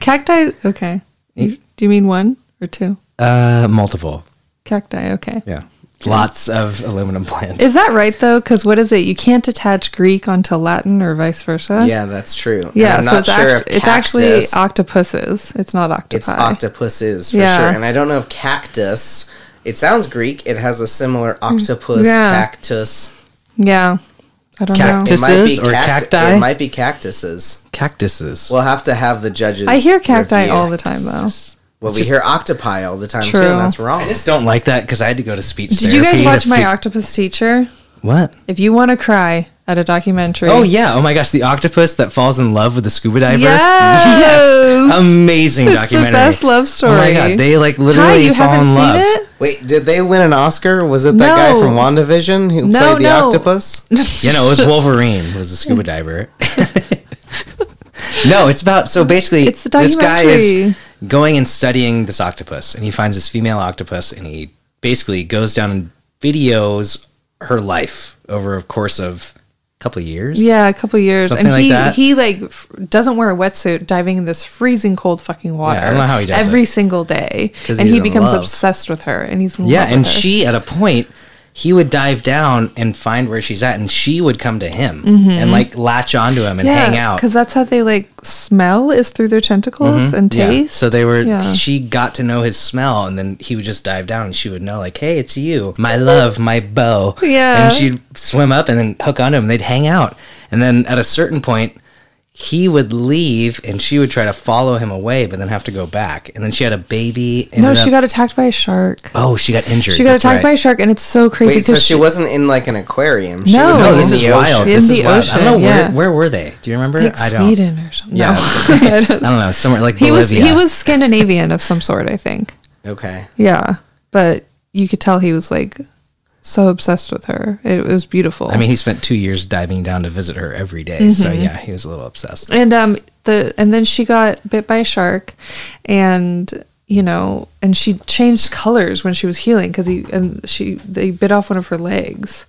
Cacti. Okay. Do you mean one or two?
uh, multiple.
Cacti. Okay.
Yeah, lots of aluminum plants.
Is that right though? Because what is it? You can't attach Greek onto Latin or vice versa.
yeah that's true And
Yeah.
i'm
so
not
it's,
sure
act-
if
it's actually
cactus-
octopuses. It's not octopi.
It's octopuses for
Yeah.
sure. And I don't know if cactus. It sounds Greek. It has a similar octopus
Mm, Yeah.
cactus.
yeah. I don't
Cactus-
know.
Cactuses or
cact-
cacti?
It might be cactuses.
Cactuses.
We'll have to have the judges.
I hear cacti
review.
all the time though.
Well, we hear octopi all the time
True.
too. And that's wrong.
I just don't like that because I had to go to speech.
Did you guys
therapy to
watch my
fi-
octopus teacher?
what?
If you want to cry at a documentary.
Oh yeah! Oh my gosh, the octopus that falls in love with the scuba diver.
Yes!
amazing
It's the
documentary.
best love story.
Oh my god, they like
Ty,
literally
you
fall
haven't
in
seen
love.
it?
Wait, did they win an Oscar? Was it that
No.
guy from WandaVision who
No,
played the
no.
octopus?
You know, it was Wolverine was a scuba diver. no, it's about so basically
It's the
this guy is
documentary.
going and studying this octopus and he finds this female octopus and he basically goes down and videos her life over a course of a couple of years.
Yeah, a couple years,
Something
and
like
he
that.
he like f- doesn't wear a wetsuit, diving in this freezing cold fucking water.
don't know how he does
every
it.
single day,
'Cause
and
he's
he
in
becomes
love.
obsessed with her, and he's in
Yeah,
love with
and
her.
she at a point he would dive down and find where she's at and she would come to him
Mm-hmm.
and like latch onto him and hang out. Mm-hmm.
because that's how they like smell is through their tentacles and
Yeah.
taste.
So they were.
Yeah.
She got to know his smell, and then he would just dive down, and she would know, like, "Hey, it's you, my love, my beau."
Yeah.
And she'd swim up and then hook onto him. and They'd hang out, and then at a certain point, he would leave, and she would try to follow him away, but then have to go back. And then she had a baby.
no,
ended
she
up-
got attacked by a shark.
Oh, she got injured.
She got
That's
attacked by a
right.
shark, and it's so crazy
Wait, so
because
she, wasn't in like an aquarium. She
No.
was
No,
in
this
the
is
ocean.
wild.
In
This
the
is wild. I
ocean,
don't know
yeah.
where, where were they. Do you remember?
like
I don't.
Sweden or something.
Yeah.
No. I don't
I don't know. Somewhere like
He was
Bolivia.
he was Scandinavian of some sort, I think.
Okay.
Yeah, but you could tell he was like so obsessed with her. It was beautiful.
I mean, he spent two years diving down to visit her every day,
Mm-hmm.
So yeah, he was a little obsessed.
and um the and then she got bit by a shark, and you know, and she changed colors when she was healing because he and she they bit off one of her legs,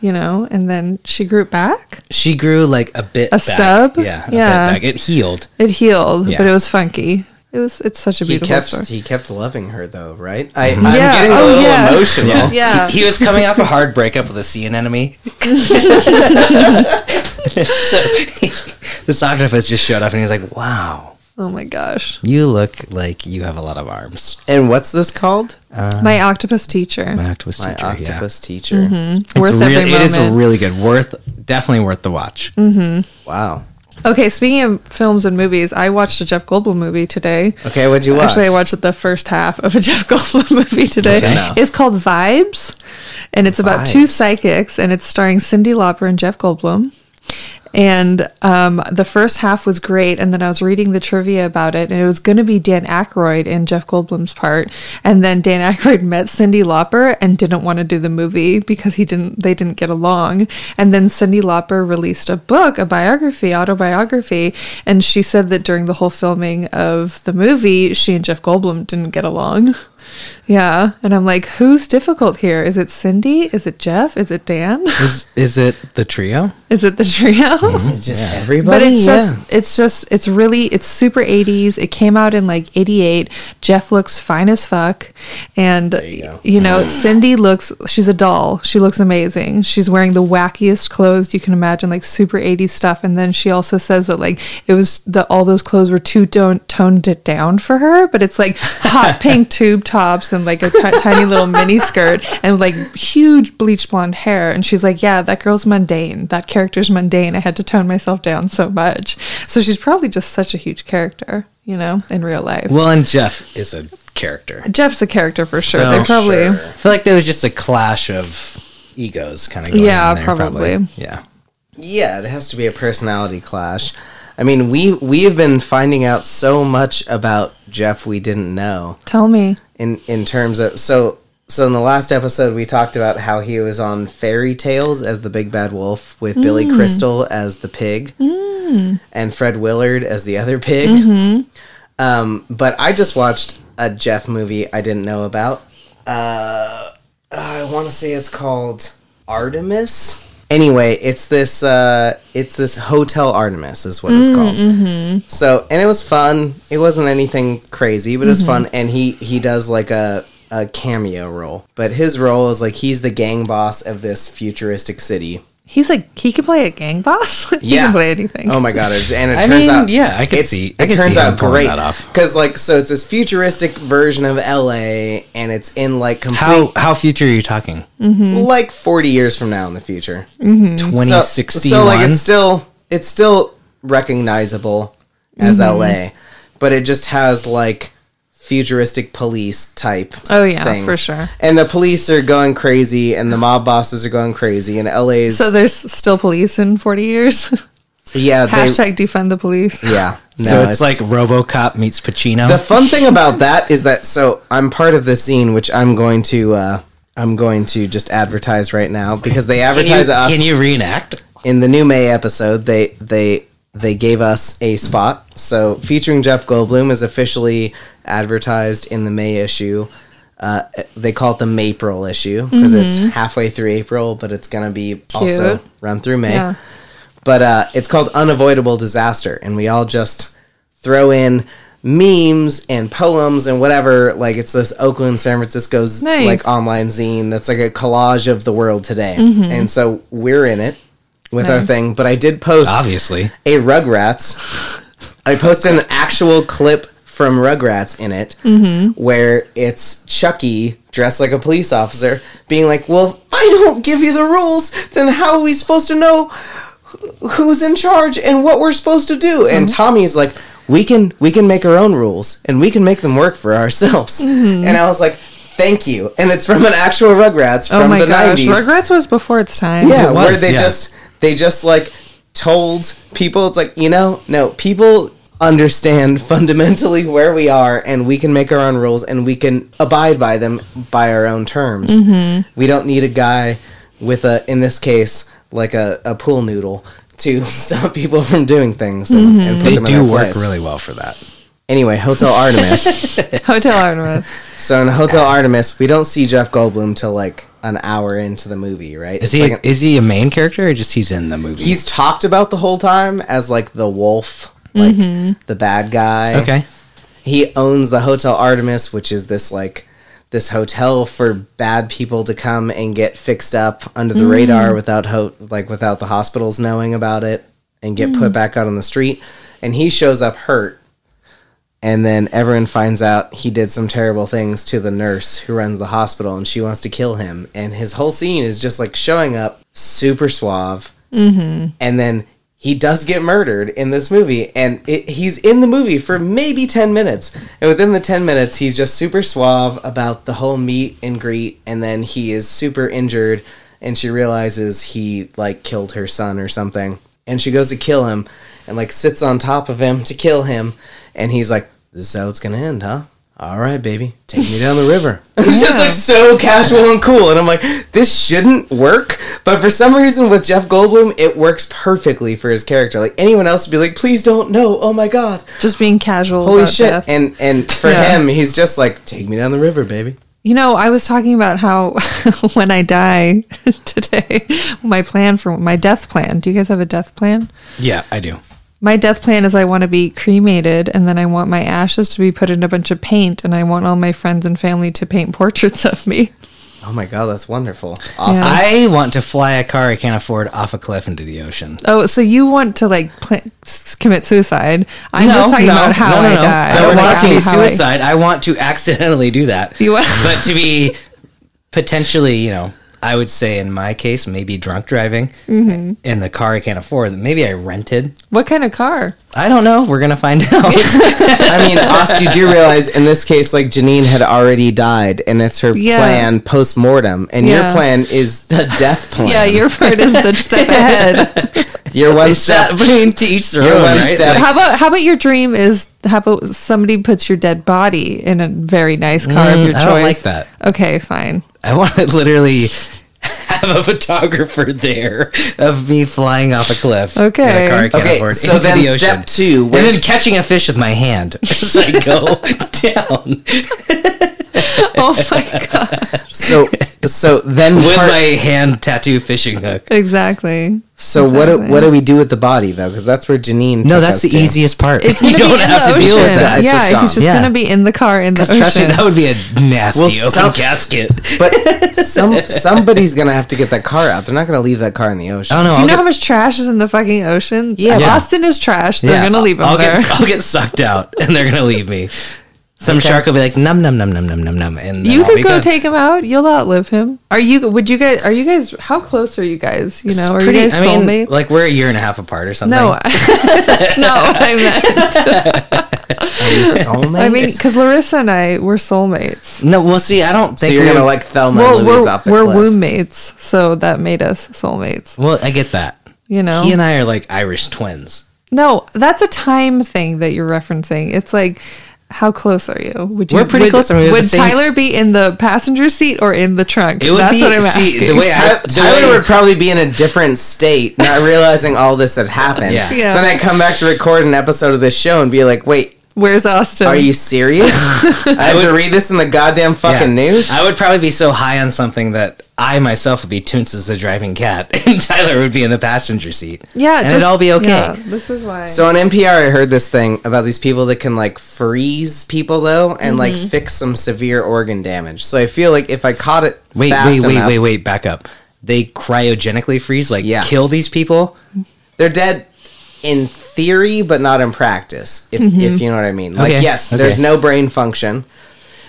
you know, and then she grew it back.
She grew like a bit
A
back.
stub?
Yeah,
Yeah.
A bit back. It healed.
It healed,
Yeah.
but it was funky. It was it's such a
He
beautiful
kept
story.
he kept loving her though, right? I, I'm
Yeah.
getting a
Oh,
little
yeah.
emotional.
yeah,
He was coming off a hard breakup with a sea anemone. so this octopus just showed up and he was like, "Wow,
oh my gosh,
you look like you have a lot of arms."
And what's this called?
my octopus teacher,
Uh, My octopus
My
teacher.
octopus teacher.
yeah.
worth
it's
every
really,
moment. Mm.
it is really good. Worth definitely worth the watch.
Wow.
Okay, speaking of films and movies, I watched a Jeff Goldblum movie today.
Okay, what'd you watch?
Actually, I watched the first half of a Jeff Goldblum movie today.
Okay.
It's called Vibes, and it's about two
Vibes.
psychics, and it's starring Cindy Lauper and Jeff Goldblum. And um, the first half was great, and then I was reading the trivia about it, and it was going to be Dan Aykroyd in Jeff Goldblum's part, and then Dan Aykroyd met Cindy Lauper and didn't want to do the movie because he didn't they didn't get along, and then Cindy Lauper released a book, a biography, autobiography, and she said that during the whole filming of the movie, she and Jeff Goldblum didn't get along. Yeah. And I'm like, who's difficult here? Is it Cindy? Is it Jeff? Is it Dan?
Is is it the trio?
Is it the trio?
It's just everybody.
But it's
yeah.
just, it's just, it's really, it's super 80s. It came out in like 88. Jeff looks fine as fuck. And, you, know, Cindy looks, she's a doll. She looks amazing. She's wearing the wackiest clothes you can imagine, like super 80s stuff. And then she also says that, like, it was that all those clothes were too don- toned it down for her. But it's like hot pink tube tops and like a ti- tiny little mini skirt and like huge bleach blonde hair. And she's like, yeah, that girl's mundane. That character's mundane. I had to tone myself down so much. So she's probably just such a huge character, you know, in real life.
Well, and Jeff is a character.
Jeff's a character for sure. they probably,
I feel like there was just a clash of egos kind of going
Yeah,
on there,
probably.
Yeah.
Yeah, it has to be a personality clash. I mean, we we have been finding out so much about Jeff we didn't know
tell me.
in in terms of so so in the last episode we talked about how he was on Fairy Tales as the big bad wolf with Billy Crystal as the pig and Fred Willard as the other pig. Um, but I just watched a Jeff movie I didn't know about. Uh, I want to say it's called Artemis. Anyway, it's this uh, it's this Hotel Artemis is what it's called. So and it was fun. It wasn't anything crazy, but it was
Mm-hmm.
fun. And he he does like a a cameo role, but his role is like he's the gang boss of this futuristic city.
He's like, he could play a gang boss. he
Yeah.
can play anything.
Oh my god! it- And it
I
turns
mean,
out,
yeah, I could
it's-
see-
It
I could see
turns
him
out
pulling
great
that off.
because, like, so it's this futuristic version of LA, and it's in like complete,
How how future are you talking?
Hmm.
like forty years from now in the future.
Twenty
Mm-hmm. So,
sixty
so like, it's still it's still recognizable as
Mm-hmm.
LA, but it just has like futuristic police type.
Oh, yeah, for sure.
And the police are going crazy, and the mob bosses are going crazy, and LA's
So there's still police in 40 years.
yeah, they-
Hashtag defund the police.
yeah.
so it's, like RoboCop meets Pacino.
The fun thing about that is that so I'm part of the scene, which I'm going to uh, I'm going to just advertise right now because they
can, you,
advertise us
can you reenact?
in the new May episode. They they they gave us a spot. So featuring Jeff Goldblum is officially advertised in the May issue. Uh, they call it the Maypril issue because it's halfway through April, but it's gonna be also run through May
Yeah.
but uh, it's called unavoidable disaster and we all just throw in memes and poems and whatever like it's this oakland san francisco's
Nice.
like online zine that's like a collage of the world today and so we're in it with our thing but i did post
Obviously.
a rugrats i posted an actual clip from rugrats in it where it's chucky dressed like a police officer being like well if i don't give you the rules then how are we supposed to know who's in charge and what we're supposed to do. And
Mm-hmm.
Tommy's like, we can we can make our own rules and we can make them work for ourselves.
Mm-hmm.
And I was like, thank you. And it's from an actual Rugrats
Oh
from
my
the
gosh.
nineties.
Rugrats was before its time.
Yeah,
It
where
was,
they
yeah.
just they just like told people it's like, you know, no, people understand fundamentally where we are and we can make our own rules and we can abide by them by our own terms.
Mm-hmm.
We don't need a guy with a in this case like a, a pool noodle to stop people from doing things and, and put
Mm-hmm. They
them in
do
their
work
place.
really well for that.
anyway hotel artemis
Hotel Artemis.
so in hotel artemis we don't see jeff goldblum till like an hour into the movie right It's
Is he
like an-
is he a main character or just he's in the movie?
he's talked about the whole time as like the wolf, like the bad guy.
okay.
He owns the Hotel Artemis, which is this like this hotel for bad people to come and get fixed up under the radar without ho- like without the hospitals knowing about it and get put back out on the street. And he shows up hurt. And then everyone finds out he did some terrible things to the nurse who runs the hospital and she wants to kill him. And his whole scene is just like showing up super suave, and then he does get murdered in this movie and it, he's in the movie for maybe 10 minutes and within the 10 minutes he's just super suave about the whole meet and greet and then he is super injured and she realizes he like killed her son or something and she goes to kill him and like sits on top of him to kill him and he's like this is how it's gonna end huh all right, baby, take me down the river. It's just
Yeah.
like so casual and cool. And I'm like, this shouldn't work. But for some reason, with Jeff Goldblum, it works perfectly for his character. Like anyone else would be like, please don't, no, oh my God,
Just being casual.
holy
about
shit.
death.
And, and for
Yeah.
him, he's just like, take me down the river, baby.
You know, I was talking about how when I die today, my plan for my death plan. Do you guys have a death plan?
Yeah, I do.
My death plan is I want to be cremated and then I want my ashes to be put in a bunch of paint and I want all my friends and family to paint portraits of me.
Oh my God, that's wonderful. Awesome.
Yeah.
I want to fly a car I can't afford off a cliff into the ocean.
Oh, so you want to like pl- s- commit suicide? I'm just talking about how I die.
I don't
Like,
want to be
how- how I-
suicide. I want to accidentally do that.
You want-
but to be potentially, you know, I would say in my case, maybe drunk driving
Mm-hmm.
in the car I can't afford that maybe I rented.
what kind of car?
I don't know. We're going to find out.
I mean, Ost, you do realize in this case, like Janine had already died, and it's her
Yeah.
plan post mortem, and your
Yeah.
plan is the death plan.
Yeah, your part is the step ahead.
You're one
that,
step.
I mean, to each their
You're
own,
one
right?
step.
How about how about your dream is how about somebody puts your dead body in a very nice car of your
I
choice?
don't like that.
Okay, fine.
I want to literally have a photographer there of me flying off a cliff. In
Okay.
a car I can't
Okay,
afford
so
into
then
the ocean.
step two,
And
where-
then catching a fish with my hand as I go down
Oh my god.
So, so then
with
part-
my hand tattoo fishing hook.
Exactly.
So what
Exactly.
do, what do we do with the body though? Because that's where Janine.
No,
took
that's
us
the
to.
easiest part.
It's gonna
you
be
don't
in
have
the
to
ocean.
deal with that.
It's
yeah,
just gone.
he's just
Yeah.
gonna be in the car in the ocean.
Trust me, that would be a nasty
Well,
open
some-
casket.
But some somebody's gonna have to get that car out. They're not gonna leave that car in the ocean.
I don't know.
Do you
I'll
know
get-
how much trash is in the fucking ocean?
Yeah. Yeah.
Boston is trash. They're
Yeah,
gonna leave him
I'll
there.
Get, I'll get sucked out, and they're gonna leave me. Some shark will be like num num num num num num num, and then
you
I'll be
could go
gone.
take him out. You'll outlive him. Are you? Would you guys? Are you guys? How close are you guys? You know, are you guys
I
soulmates?
mean, like we're a year and a half apart or something.
no, that's not what I meant.
Soulmates?
I mean, because Larissa and I we're soulmates.
no. Well, see, I don't
so
think
you're
we're-
gonna like Thelma
Well,
and Louise
we're
off the
we're
cliff.
womb mates, so that made us soulmates.
Well, I get that.
You know,
He and I are like Irish twins.
no, that's a time thing that you're referencing. It's like. How close are you? Would you?
We're pretty
would,
close. I mean, we have
would
the same-
Tyler be in the passenger seat or in the trunk?
It would
That's
be
what I'm
see
asking.
the way I
Ty-
the
Tyler
way-
would probably be in a different state, not realizing all this had happened.
Yeah.
Yeah.
Then I come back to record an episode of this show and be like, "Wait,
Where's Austin?
Um,
are you serious? I have to read this in the goddamn fucking
yeah.
news."
I would probably be so high on something that I myself would be Toons as the driving cat, and Tyler would be in the passenger seat.
Yeah,
and it'd all be okay.
yeah, this is why.
So on NPR, I heard this thing about these people that can like freeze people though, and like fix some severe organ damage. So I feel like if I caught it,
Wait,
fast
wait, wait,
enough,
wait, wait. Back up. They cryogenically freeze, like
Yeah.
kill these people.
they're dead in theory, but not in practice. If if you know what I mean. Like
Okay,
yes,
okay.
there's no brain function.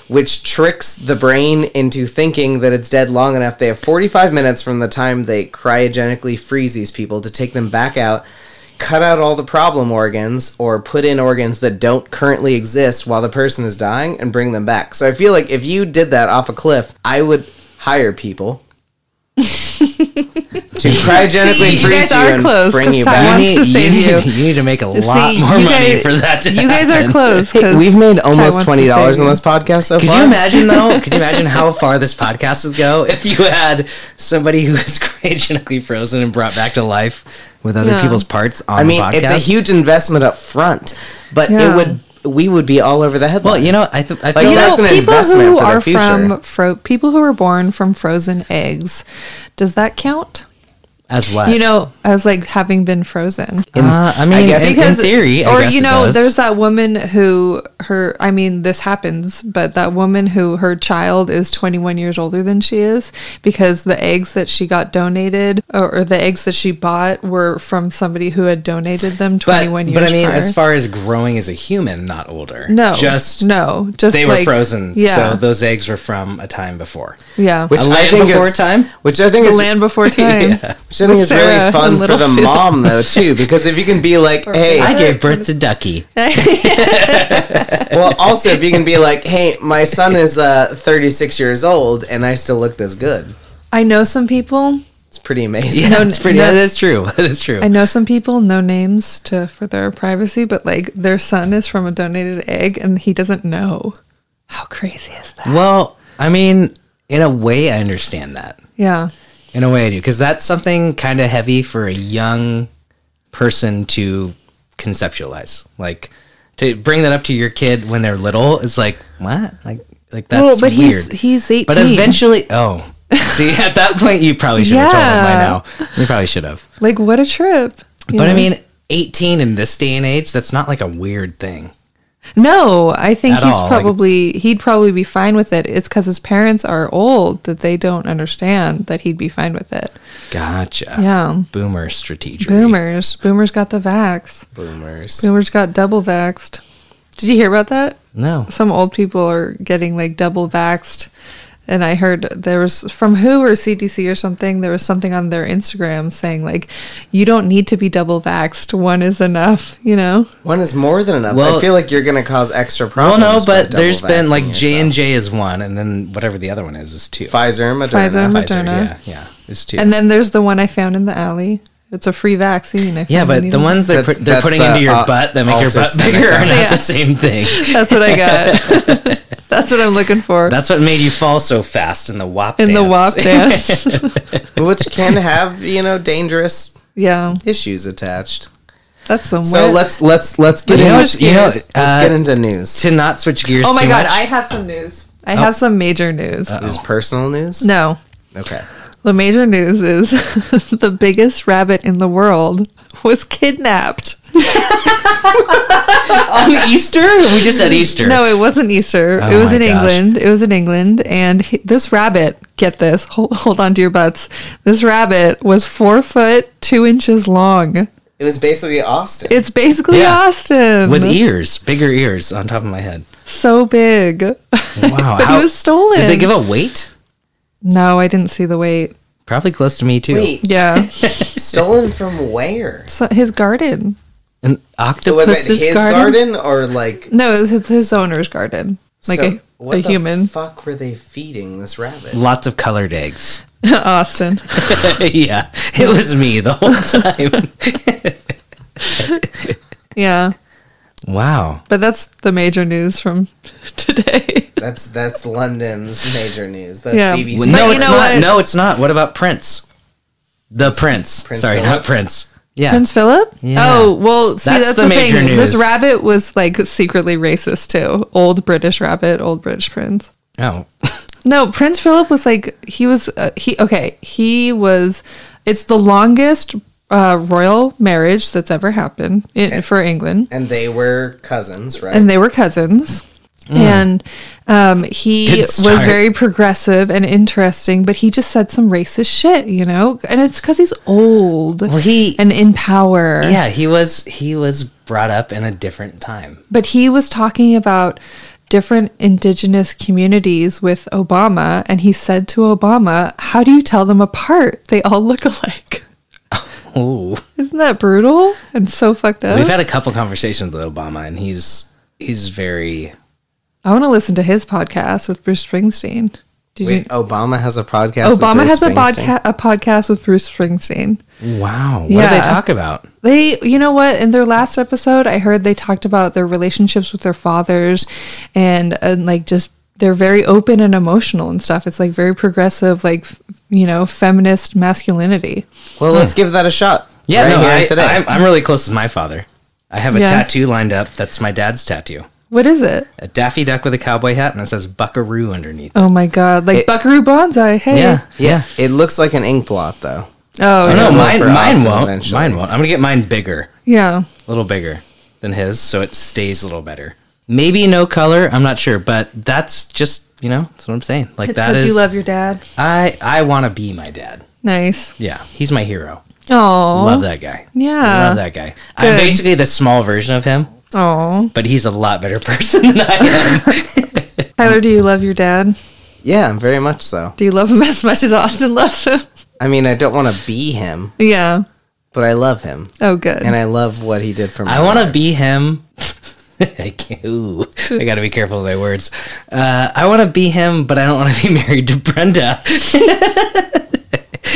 Which tricks the brain into thinking that it's dead long enough. They have 45 minutes from the time they cryogenically freeze these people to take them back out, cut out all the problem organs, or put in organs that don't currently exist while the person is dying and bring them back. So I feel like if you did that off a cliff, I would hire people to cryogenically
See, you
freeze
guys
you,
are
and
close,
bring
'cys
you
Ty
back.
wants to save
need,
you.
need to make a
See,
lot more
you
money
guys-
for that. To
you guys
happen.
are close.
Hey,
'cause
we've made
Ty
almost
wants to
twenty dollars
save
on
you.
this podcast so
Could
far.
you imagine though? could you imagine how far this podcast would go if you had somebody who was cryogenically frozen and brought back to life with other
No.
people's parts on
I mean,
the podcast?
it's a huge investment up front, but
Yeah.
it would we would be all over the headlines.
Well, you know, I, th- I
Like,
feel
that-
You
that
That's
know,
an
people
investment
who
for the
are
future.
from fro- people who are born from frozen eggs, does that count?
as what
You know, as like having been frozen.
Uh, I mean,
guess-
in, in theory, I
or
guess
you
it
know,
does.
there's that woman who her. I mean, this happens, but that woman who her child is 21 years older than she is because the eggs that she got donated or, or the eggs that she bought were from somebody who had donated them 21
but,
years.
but I mean,
prior.
as far as growing as a human, not older.
no,
just
no, just
They
like,
were frozen,
Yeah,
so those eggs were from a time before.
yeah.
which
A
I
land
think
before
is,
time?
which I think
the
is
land before time.
which I think is really
Sarah
fun
and
for the
Littlefield.
mom though too, because if you can be like, hey,
I gave birth to Ducky.
well, also if you can be like, hey, my son is uh, 36 years old and I still look this good,
I know some people.
it's pretty amazing.
Yeah,
No,
that's pretty.
no.
that's true. That is true.
I know some people, no names to for their privacy, but like their son is from a donated egg, and he doesn't know. How crazy is that?
Well, I mean, in a way, I understand that.
Yeah.
In a way, I do because that's something kind of heavy for a young person to conceptualize. Like to bring that up to your kid when they're little is like what? Like like that's
well, but
weird.
he's he's 18.
but eventually, oh, see, at that point, you probably should have told him by now. You probably should have.
like what a trip. you
But I
know?
mean, eighteen in this day and age, that's not like a weird thing.
No, I think
At
he's
all, like-
probably he'd probably be fine with it. It's because his parents are old that they don't understand that he'd be fine with it.
Gotcha.
Yeah,
Boomer strategy.
boomers, boomers got the vax.
Boomers.
Boomers got double vaxxed. Did you hear about that?
No.
Some old people are getting like double vaxxed. And I heard there was from who or CDC or something, there was something on their Instagram saying, like, you don't need to be double vaxxed. One is enough, you know?
One is more than enough.
Well-
I feel like you're going to cause extra
Well,
problems.
no, but
by
there's
double
been
vaccinating
like J and
yourself.
J is one, and then whatever the other one is is two.
Pfizer, Moderna.
Pfizer,
Pfizer.
Moderna.
yeah, yeah, it's two.
And then there's the one I found in the alley. It's a free vaccine. I
yeah,
found
but
it
the
in-
ones they're,
That's-
put, they're
that's
putting
the,
into your
uh,
butt that make your
Alter
butt
Seneca.
bigger are not
Yeah.
the same thing.
That's what I got. That's what I'm looking for.
That's what made you fall so fast in the WAP.
in the
dance.
walk dance.
which can have you know dangerous
yeah.
issues attached.
That's some
So
wet-
let's let's let's get
You
into,
know,
Let's
you know,
let's
uh,
get into news.
to not switch gears.
Oh my
too
god,
much,
I have some news. I
Oh.
have some major news.
Is personal news?
No.
Okay.
The major news is the biggest rabbit in the world was kidnapped.
on Easter. We just had Easter.
No, it wasn't Easter. it
Oh
was
my
in
gosh.
England. It was in England. And he, this rabbit, get this, hold, hold on to your butts. This rabbit was four foot, two inches long.
It was basically Austin.
It's basically
Yeah. E-
Austin.
with ears, bigger ears on top of my head.
so big.
Wow,
but it was stolen.
Did they give a weight?
No, I didn't see the weight.
Probably close to me too.
Wait,
Yeah.
stolen from where?
so his garden.
An
Was
octopus
it his garden, or like
No, it was his, his owner's garden. Like
so
a, a human.
Fuck, were they feeding this rabbit?
Lots of colored eggs.
Austin.
yeah, it was me the whole time.
Yeah.
wow.
But that's the major news from today.
That's that's London's major news. That's
Yeah.
BBC.
But
no,
you
it's
know
not.
what?
No, it's not. What about Prince? The Prince.
Prince
Sorry,
Philip?
not Prince. Yeah.
Prince Philip?
Yeah.
Oh, well, see,
That's
that's,
the
the,
major
thing. This
news.
rabbit was like secretly racist too. Old British rabbit, old British prince.
Oh.
No, Prince Philip was like he was uh, he okay he was. It's the longest uh, royal marriage that's ever happened in, for England,
And they were cousins, right?
and they were cousins.
Mm.
And um, he
Good
was
start.
very progressive and interesting, but he just said some racist shit, you know. And it's because he's old
Well, he.
and in power.
yeah, he was. He was brought up in a different time.
But he was talking about different indigenous communities with Obama, and he said to Obama, How do you tell them apart? They all look alike.
Ooh.
Isn't that brutal and so fucked up?
We've had a couple conversations with Obama, and he's he's very.
I want to listen to his podcast with Bruce Springsteen. Did
Wait,
you?
Obama has a podcast. with
Obama
Bruce
has a,
Springsteen?
podca- a podcast with Bruce Springsteen.
Wow. What do
Yeah.
they talk about?
They, you know what? In their last episode, I heard they talked about their relationships with their fathers, and and like just they're very open and emotional and stuff. It's like very progressive, like f- you know, feminist masculinity.
Well, let's give that a shot.
Yeah,
right
no,
here
I,
today.
I'm, I'm really close with my father. I have a
Yeah.
tattoo lined up. That's my dad's tattoo.
What is it?
A Daffy Duck with a cowboy hat, and it says Buckaroo underneath.
Oh my god! Like
It-
Buckaroo Banzai. Hey.
Yeah, yeah.
It looks like an ink blot, though.
Oh
Oh,
yeah.
no,
will
mine,
for
mine
Austin
won't.
eventually.
Mine won't. I'm gonna get mine bigger,
yeah.
a little bigger than his, so it stays a little better. Maybe no color. I'm not sure, but that's just you know that's what I'm saying. Like
It's
that
because
is.
you love your dad.
I I want to be my dad.
Nice.
Yeah, he's my hero. Love
Oh.
that guy. Love
Yeah.
that guy. I'm
Good.
basically the small version of him,
Oh.
but he's a lot better person than I am.
Tyler, do you love your dad?
Yeah, very much so.
Do you love him as much as Austin loves him?
I mean, I don't want to be him,
yeah.
but I love him,
Oh, good.
and I love what he did for me.
I want to be him. I can't. Ooh, I got to be careful with my words. Uh, I want to be him, but I don't want to be married to Brenda.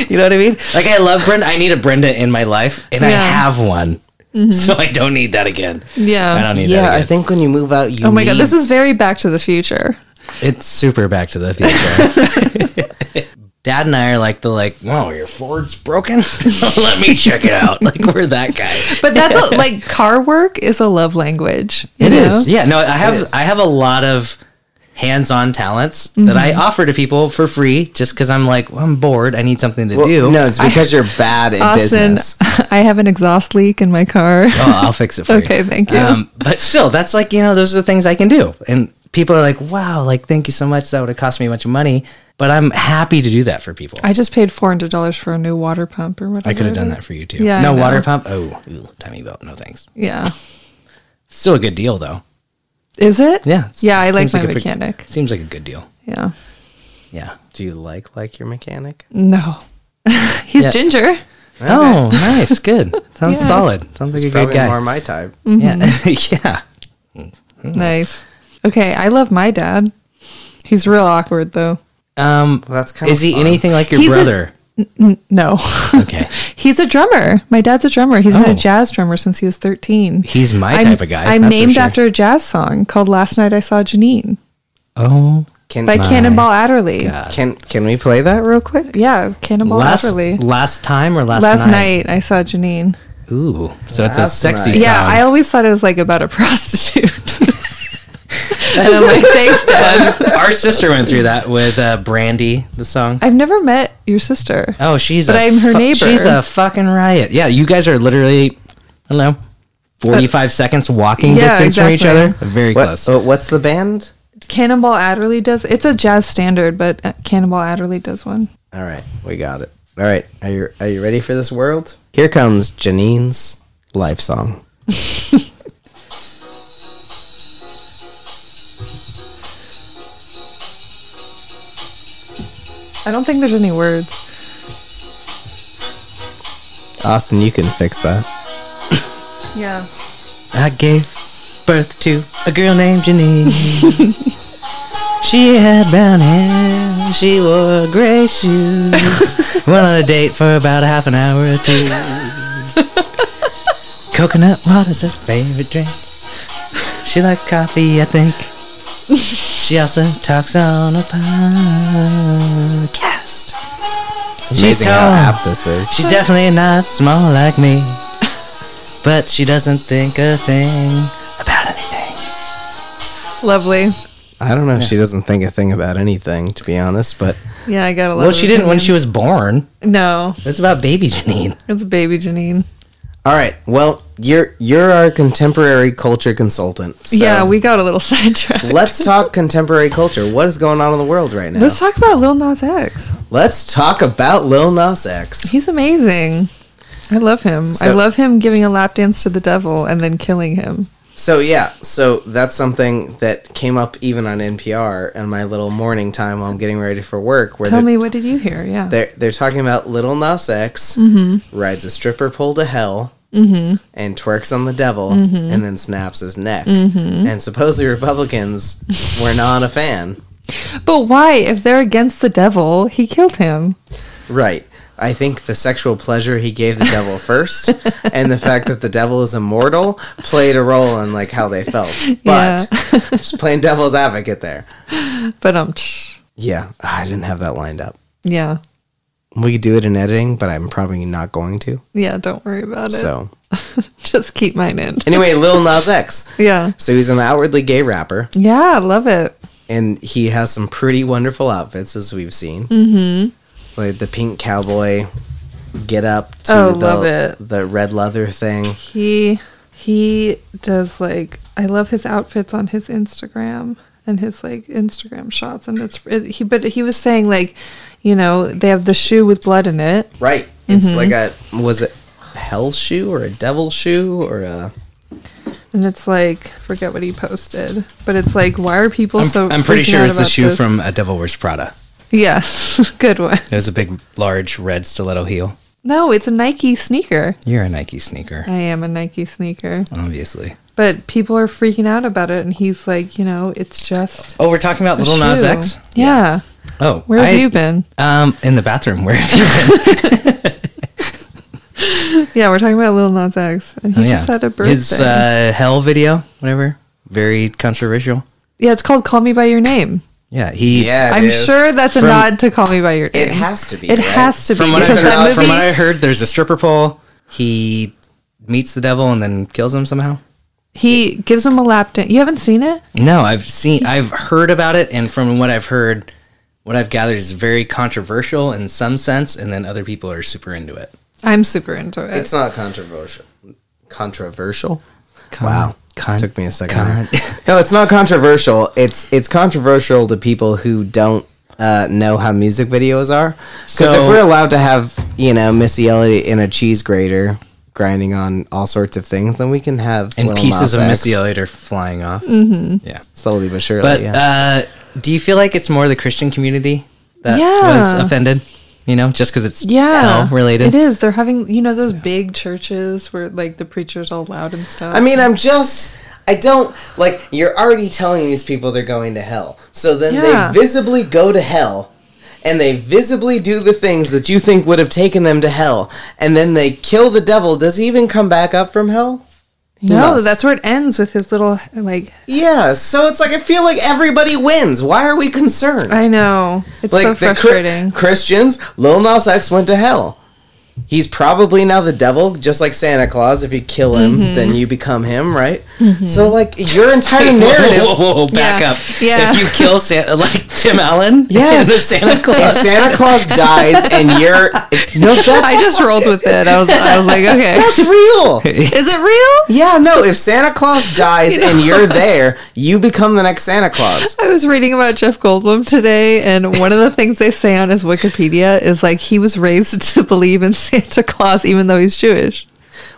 you know what I mean? Like I love Brenda. I need a Brenda in my life, and I
Yeah. Mm-hmm.
have one, so I don't need that again.
yeah.
I don't need
Yeah,
that
I
again.
think when you move out, you
Oh my god,
need-
this is very Back to the Future.
It's super Back to the Future. Dad and I are like the like, wow, your Ford's broken. Let me check it out. Like we're that guy.
But that's a, like car work is a love language. you
It is,
know?
Yeah. No, I have I have a lot of hands-on talents that I
Mm-hmm.
offer to people for free just cuz I'm like, well, I'm bored. I need something to
Well,
do.
no, it's because you're bad at
Austin,
business.
I have an exhaust leak in my car.
Oh, I'll fix it for you.
Okay, thank you.
Um, but still, that's like, you know, those are the things I can do. And people are like, "Wow, like thank you so much. That would have cost me a bunch of money." But I'm happy to do that for people.
I just paid four hundred dollars for a new water pump or whatever.
I could have done that for you too.
Mm-hmm. Yeah, I
no
know.
water pump. Oh, ooh, tiny belt. No thanks.
Yeah.
Still a good deal though.
Is it?
Yeah. it's-
Yeah, I
it
like
seems
my
a pretty-
mechanic.
seems like a good deal.
Yeah.
Yeah.
Do you like like your mechanic?
No. He's
Yeah.
ginger.
Oh, nice. Good. Sounds
Yeah.
solid. Sounds like a good
Probably
guy.
more mm-hmm. my type.
Yeah. yeah. Mm.
Nice. Okay, I love my dad. He's real awkward though.
Um,
Well, that's kind
is
of
he anything like your
He's a-
brother?
No.
okay.
He's a drummer. My dad's a drummer. He's been
Oh.
a jazz drummer since he was 13.
He's my
I'm-
type of guy.
I'm
that's for
named
sure.
after a jazz song called Last Night I Saw Janine
Oh,
Can,
by Cannonball Adderley.
can can we play that real quick?
Yeah, Cannonball
last
Adderley.
last time or last,
Last
night?
night. I saw Janine.
Ooh, so it's a
Last
sexy
night.
song.
Yeah, I always thought it was like about a prostitute. and I'm like, thanks, Dad.
Our sister went through that with uh, Brandy, the song.
I've never met your sister.
Oh, she's
But
a
I'm her
fu-
neighbor.
She's a fucking riot. Yeah, you guys are literally, I don't know, forty-five seconds walking
Uh, Yeah,
distance from each
exactly.
other. Very
What,
close.
oh, what's the band?
Cannonball Adderley does. It's a jazz standard, but uh, Cannonball Adderley does one.
All right, we got it. All right, are you are you ready for this world? Here comes Janine's life song.
I don't think there's any words.
Austin, you can fix that.
Yeah.
I gave birth to a girl named Janine. she had brown hair. She wore gray shoes. Went on a date for about a half an hour or two. Coconut water's her favorite drink. She likes coffee, I think. She also talks on a podcast.
It's amazing how
tall.
apt this is.
She's definitely not small like me, but she doesn't think a thing about anything.
Lovely.
I don't know if she doesn't think a thing about anything, to be honest, but
Yeah, I got a lot.
Well, she didn't when she was born.
No,
It's about baby Janine.
it's baby Janine.
all right. Well, you're you're our contemporary culture consultant. so
yeah, we got a little sidetracked.
Let's talk contemporary culture. What is going on in the world right now?
Let's talk about Lil Nas X.
Let's talk about Lil Nas X.
He's amazing. I love him. I
So-
love him giving a lap dance to the devil and then killing him.
So yeah, so that's something that came up even on NPR and my little morning time while I'm getting ready for work, where
Tell
they're,
me, what did you hear? Yeah.
they're they're talking about Little Nas X rides a stripper pole to hell and twerks on the devil and then snaps his neck, and supposedly Republicans were not a fan.
But why? If they're against the devil, he killed him.
Right. I think the sexual pleasure he gave the devil first, and the fact that the devil is immortal played a role in like how they felt. But just playing devil's advocate there.
But um,
Yeah, I didn't have that lined up.
yeah,
We could do it in editing, but I'm probably not going to.
yeah. Don't worry about it.
So
Just keep mine in.
anyway, Lil Nas X.
Yeah,
So he's an outwardly gay rapper,
yeah. I love it.
and he has some pretty wonderful outfits as we've seen. Mm-hmm. Like the pink cowboy get up to
Oh,
the
love it.
the red leather thing.
He he does like I love his outfits on his Instagram and his like Instagram shots and it's it, he but he was saying like you know they have the shoe with blood in it
Right. It's
Mm-hmm.
like a was it a hell shoe or a devil shoe or a
and it's like forget what he posted but it's like why are people
I'm,
so
I'm pretty
freaking
sure
out
it's the
about
shoe
this?
from A Devil Wears Prada.
yes good one
There's a big, large red stiletto heel.
no it's a Nike sneaker
You're a Nike sneaker,
I am a Nike sneaker
obviously.
but people are freaking out about it and he's like you know it's just
Oh, we're talking about
a
Little Nas
shoe.
X.
yeah
Oh,
where have
I-
you been
Um, in the bathroom. Where have you been?
Yeah, we're talking about Lil Nas X, and he
Oh, yeah.
just had a birthday.
His uh, Hell video, whatever. Very controversial.
yeah, it's called "Call Me by Your Name."
Yeah, he.
Yeah, it
I'm
is.
sure that's a
From-
nod to Call Me by Your Name.
It has to be.
It
right?
has to be
From what, I,
because that movie.
from what I heard, there's a stripper pole. He meets the devil and then kills him somehow.
he gives him a lap dance. You haven't seen it?
No, I've seen, I've heard about it, and from what I've heard, what I've gathered is very controversial in some sense, and then other people are super into it.
I'm super into it.
It's not controversial. Controversial?
wow,
Took me a second. there. no, it's not controversial. It's it's controversial to people who don't uh, know how music videos are. Because
So-
if we're allowed to have you know Missy Elliott in a cheese grater grinding on all sorts of things, then we can have
and
Lil
pieces
Nas
of
X
Missy Elliott are flying off. Mm-hmm. Yeah,
slowly but surely.
but
yeah.
uh, do you feel like it's more the Christian community that
Yeah.
was offended? You know, just because it's
yeah,
hell related.
It is. They're having you know those big churches where like the preacher's all loud and stuff.
I mean, I'm just. I don't like. You're already telling these people they're going to hell, so then
Yeah.
they visibly go to hell, and they visibly do the things that you think would have taken them to hell, and then they kill the devil. Does he even come back up from hell?
no,
knows?
that's where it ends with his little like.
Yeah. So it's like I feel like everybody wins. Why are we concerned?
I know it's
like
so
the Chri-
frustrating.
Christians, Lil Nas X went to hell. He's probably now the devil, just like Santa Claus. If you kill him,
Mm-hmm.
then you become him, right? So like your entire narrative.
Whoa, whoa, whoa, back
Yeah.
up.
Yeah.
If you kill Santa, like Tim Allen,
Yes.
is a Santa Claus.
if Santa Claus dies and you're no, that's
I just rolled with it. I was I was like, okay,
that's real.
is it real?
Yeah, no. If Santa Claus dies and you're there, you become the next Santa Claus.
I was reading about Jeff Goldblum today, and one of the things they say on his Wikipedia is like he was raised to believe in Santa Claus, even though he's Jewish.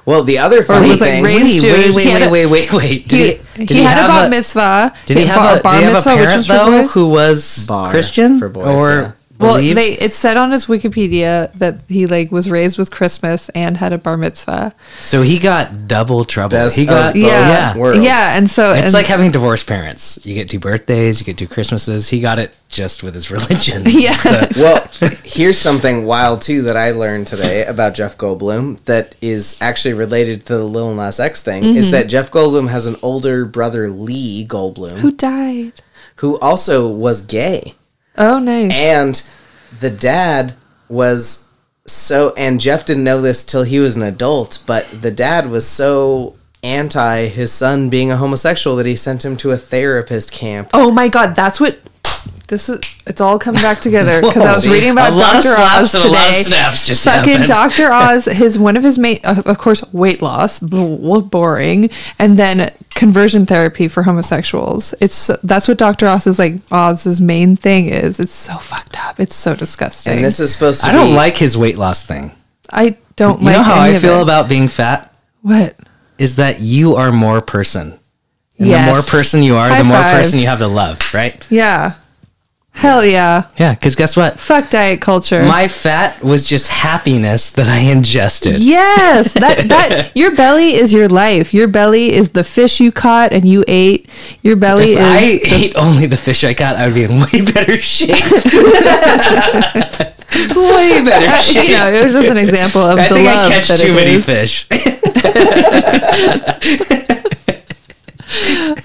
Well, the other funny
was, like,
thing,
Wait,
raised Jewish.
wait,
He
wait,
had a-
wait, wait, wait, wait. Did
He,
he, did
he had a
have
bat mitzvah.
Did he
a
have a,
bar
did he have a
mitzvah, which
parent
was for
though
boys?
who was
Bar
Christian
for boys,
or
yeah.
Well,
believed?
they it said on his Wikipedia that he like was raised with Christmas and had a bar mitzvah.
so he got double trouble.
Best
he
of
got
both
yeah,
worlds.
yeah, and so
Oh, It's
and,
like having divorced parents. You get two birthdays, you get two Christmases. He got it just with his religion.
Yeah.
So-
well, here's something wild too that I learned today about Jeff Goldblum that is actually related to the Lil Nas X thing.
Mm-hmm.
Is that Jeff Goldblum has an older brother Lee Goldblum
who
who,
died.
also was gay,
Oh, nice.
and the dad was so. And Jeff didn't know this till he was an adult, but the dad was so anti his son being a homosexual that he sent him to a therapist camp.
oh my God, that's what. This is it's all coming back together because I was
Whoa.
reading about
a lot of
Doctor Oz
slaps and a lot of
today.
snaps just
Fucking
happened.
Doctor Oz, his one of his main, of of course, weight loss, bl- bl- boring, and then conversion therapy for homosexuals. It's that's what Doctor Oz is like. Oz's main thing is it's so fucked up. It's so disgusting.
And this is supposed to.
I don't
be-
like his weight loss thing.
I don't
You
like.
know how
any
I
of
feel
it.
about being fat?
what?
is that you are more person. And
Yes.
the more person you are,
High
the more
five.
person you have to love, right?
Yeah, hell yeah.
Yeah, because guess what?
Fuck diet culture.
My fat was just happiness that I ingested.
Yes, that that your belly is your life. Your belly is the fish you caught and you ate. Your belly
If
is
I ate only the fish I caught, I would be in way better shape. way better
Uh,
shape.
you know, it was just an example of
I
the
think I
love
catch
that
too
it
many
is.
fish.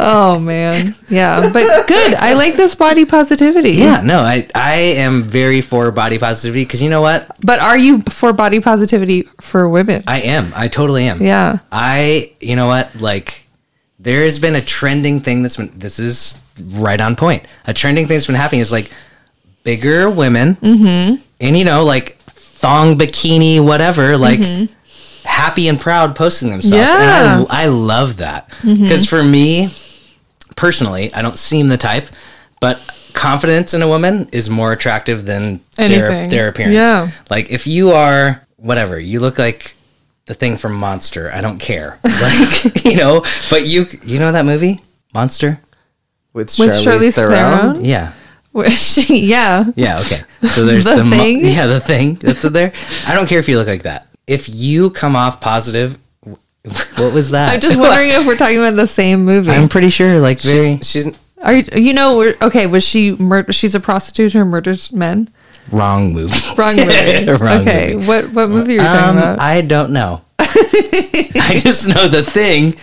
Oh man, yeah, but good. I like this body positivity.
yeah, no, I, I am very for body positivity because you know what?
but are you for body positivity for women?
I am. I totally am.
yeah,
I, you know what? Like, there has been a trending thing that's been, this is right on point. A trending thing that's been happening is like bigger women, mm-hmm. and you know, like thong, bikini, whatever, like happy and proud posting themselves.
Mm-hmm. Yeah. Mm-hmm.
And I, I love that. Because for me, personally, I don't seem the type, but confidence in a woman is more attractive than their,
Anything.
their appearance.
Yeah.
Like if you are whatever, you look like the thing from Monster. I don't care. Like, you know, but you you know that movie? Monster?
with
with
Charlize,
Charlize
Theron.
Theron.
Yeah.
where she- yeah,
Yeah, okay. So there's
The
the, mo-
Thing?
yeah, the thing that's in there. I don't care if you look like that. If you come off positive, w- what was that?
I'm just wondering if we're talking about the same movie.
I'm pretty sure like very
She's, she's
are you, you know? We're, okay, was she mur- She's a prostitute who murders men.
wrong movie.
Wrong movie.
Wrong
okay,
movie.
what what movie are you talking
Um,
about?
I don't know. I just know the thing,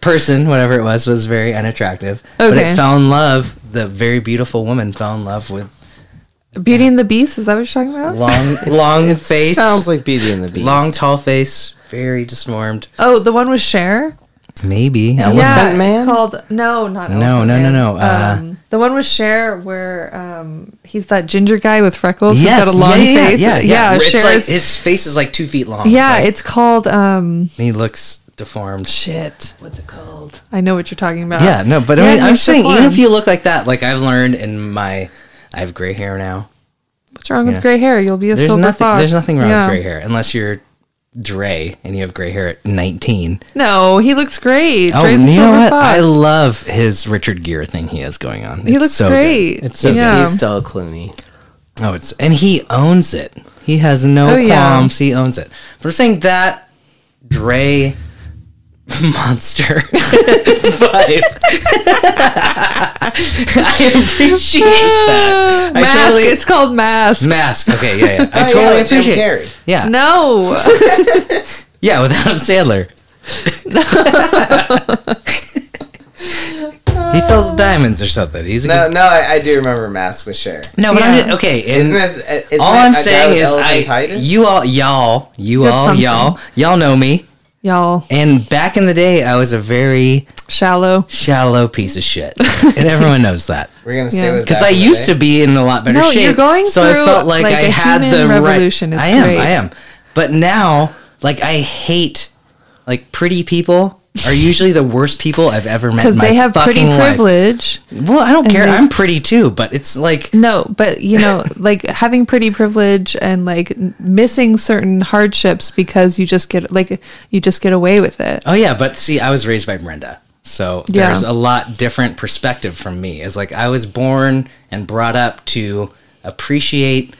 person, whatever it was, was very unattractive. But
Okay.
it fell in love the very beautiful woman fell in love with
Beauty and the Beast, is that what you're talking about?
long, long face,
Sounds like Beauty and the Beast.
long, tall face, very disformed.
oh, the one with Cher?
Maybe
yeah,
Man?
Called no, not
No,
Elephant
no, no,
Man.
no, uh,
um, the one with Cher, where um, he's that ginger guy with freckles. who's
Yes,
got a long
yeah, yeah,
face.
Yeah, yeah. It's like-
Cher's.
his face is like two feet long.
yeah,
like,
it's called um,
he looks deformed.
shit. What's it called? I know what you're talking about.
Yeah, no, but I mean,
you
I'm
should
saying even
learn.
if you look like that, like I've learned in my, I have gray hair now.
what's wrong
yeah.
with gray hair? You'll be a
There's
silver
nothing.
fox.
There's nothing wrong
Yeah.
with gray hair unless you're Dre and you have gray hair at 19.
No, he looks great.
Oh,
Dre's a
you know
silver
what?
fox.
I love his Richard Gere thing he has going on.
He
It's
looks
so good.
great.
It's so
Yeah.
He's still Clooney.
good. oh, it's and he owns it. He has no
Oh, yeah.
qualms. He owns it. But I'm saying that Dre monster vibe. I appreciate that. I
mask.
totally-
It's called mask.
mask. Okay, yeah, yeah. I
Oh,
totally
yeah, Jim
appreciate.
Carrey.
Yeah,
no,
yeah, with Adam Sandler. he sells diamonds or something. He's a
No,
good
no, I, I do remember Mask with Cher.
No, but
Yeah.
I'm just, okay. is
Isn't this, isn't
all
that
I'm
a guy with
saying is I,
elephantitis?
you all, y'all, you
That's
all,
something.
y'all, y'all know me.
y'all.
And back in the day, I was a very
Shallow.
shallow piece of shit, and everyone knows that
We're gonna stay
Yeah.
with
because
that
I
for the
used
day.
to be in a lot better
No,
shape.
you're going
so I
through,
felt like,
like,
I
a
had the
human revolution.
Right,
It's
I am,
great.
I am. But now, like, I hate like pretty people. Are usually the worst people I've ever met.
Because
in my
they have pretty
fucking life.
privilege.
Well, I don't care.
they-
I'm pretty too, but it's like
No, but you know, like having pretty privilege and like n- missing certain hardships because you just get like you just get away with it.
Oh yeah, but see, I was raised by Brenda, so
Yeah.
there's a lot different perspective from me. It's like I was born and brought up to appreciate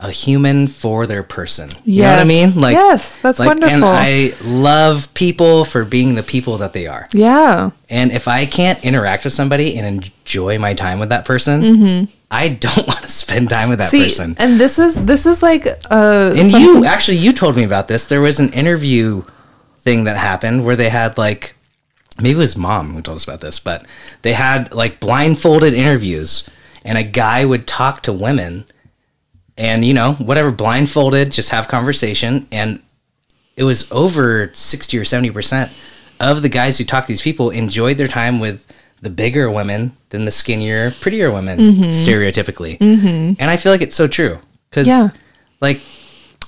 a human for their person. You know what I
Yes.
mean? Like
Yes, that's
And
wonderful.
I love people for being the people that they are.
Yeah.
And if I can't interact with somebody and enjoy my time with that person, I don't want to spend time with that
Mm-hmm. See,
person.
and this is this is like uh
And you
something-
actually you told me about this. There was an interview thing that happened where they had like maybe it was mom who told us about this, but they had like blindfolded interviews and a guy would talk to women and you know, whatever blindfolded, just have conversation and it was over 60 or 70% of the guys who talked to these people enjoyed their time with the bigger women than the skinnier, prettier women, stereotypically. Mm-hmm. And I feel like it's so true. Because,
Yeah.
like,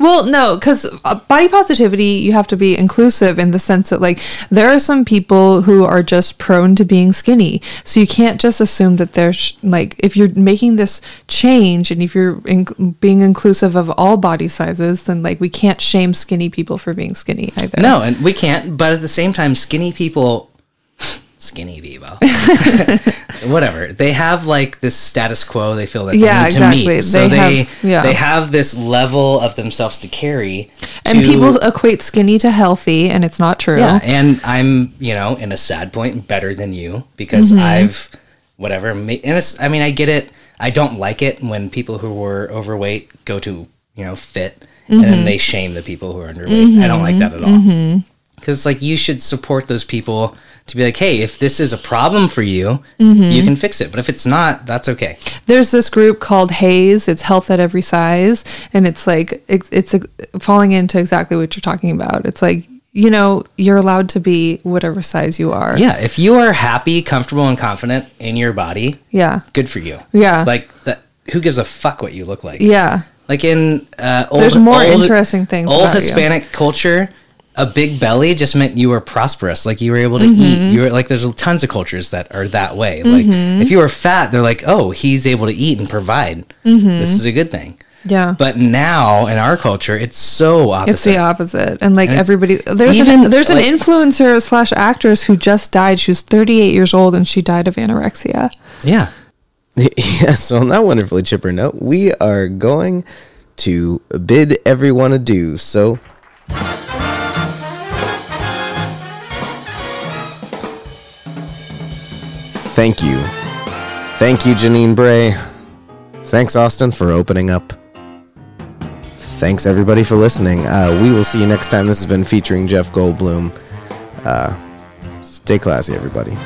Well, no, because uh, body positivity, you have to be inclusive in the sense that, like, there are some people who are just prone to being skinny. So you can't just assume that they're, sh- like, if you're making this change and if you're in- being inclusive of all body sizes, then, like, we can't shame skinny people for being skinny either.
No, and we can't. But at the same time, skinny people, skinny people, whatever. They have like this status quo. They feel that
Yeah,
they need to
exactly.
meet. So
They
they
have- yeah.
they have this level of themselves to carry.
And
to-
people equate skinny to healthy, and it's not true.
yeah, and I'm you know in a sad point better than you because I've whatever. ma- And it's, I mean, I get it. I don't like it when people who were overweight go to you know fit and then they shame the people who are underweight. I don't like that at all because it's like you should support those people to be like, hey, if this is a problem for you, you can fix it. But if it's not, that's okay.
there's this group called Haze. It's health at every size, and it's like it's, it's ex- falling into exactly what you're talking about. It's like you know you're allowed to be whatever size you are.
Yeah, if you are happy, comfortable, and confident in your body,
yeah,
good for you.
Yeah.
like that. Who gives a fuck what you look like?
yeah.
Like in uh, old,
There's more
old-
interesting things
Old
about you.
Hispanic culture, a big belly just meant you were prosperous. Like you were able to
Mm-hmm.
eat. You were like there's tons of cultures that are that way. Like if you were fat, they're like, oh, he's able to eat and provide.
Mm-hmm.
This is a good thing.
Yeah.
But now in our culture, it's so opposite.
It's the opposite, and like
And it's
everybody, there's
even,
an, there's
like-
an influencer slash actress who just died. She was 38 years old, and she died of anorexia.
yeah.
yes, on that wonderfully chipper note, we are going to bid everyone adieu. So, thank you. Thank you, Janine Bray. Thanks, Austin, for opening up. Thanks, everybody, for listening. Uh, we will see you next time. This has been featuring Jeff Goldblum. Uh, stay classy, everybody.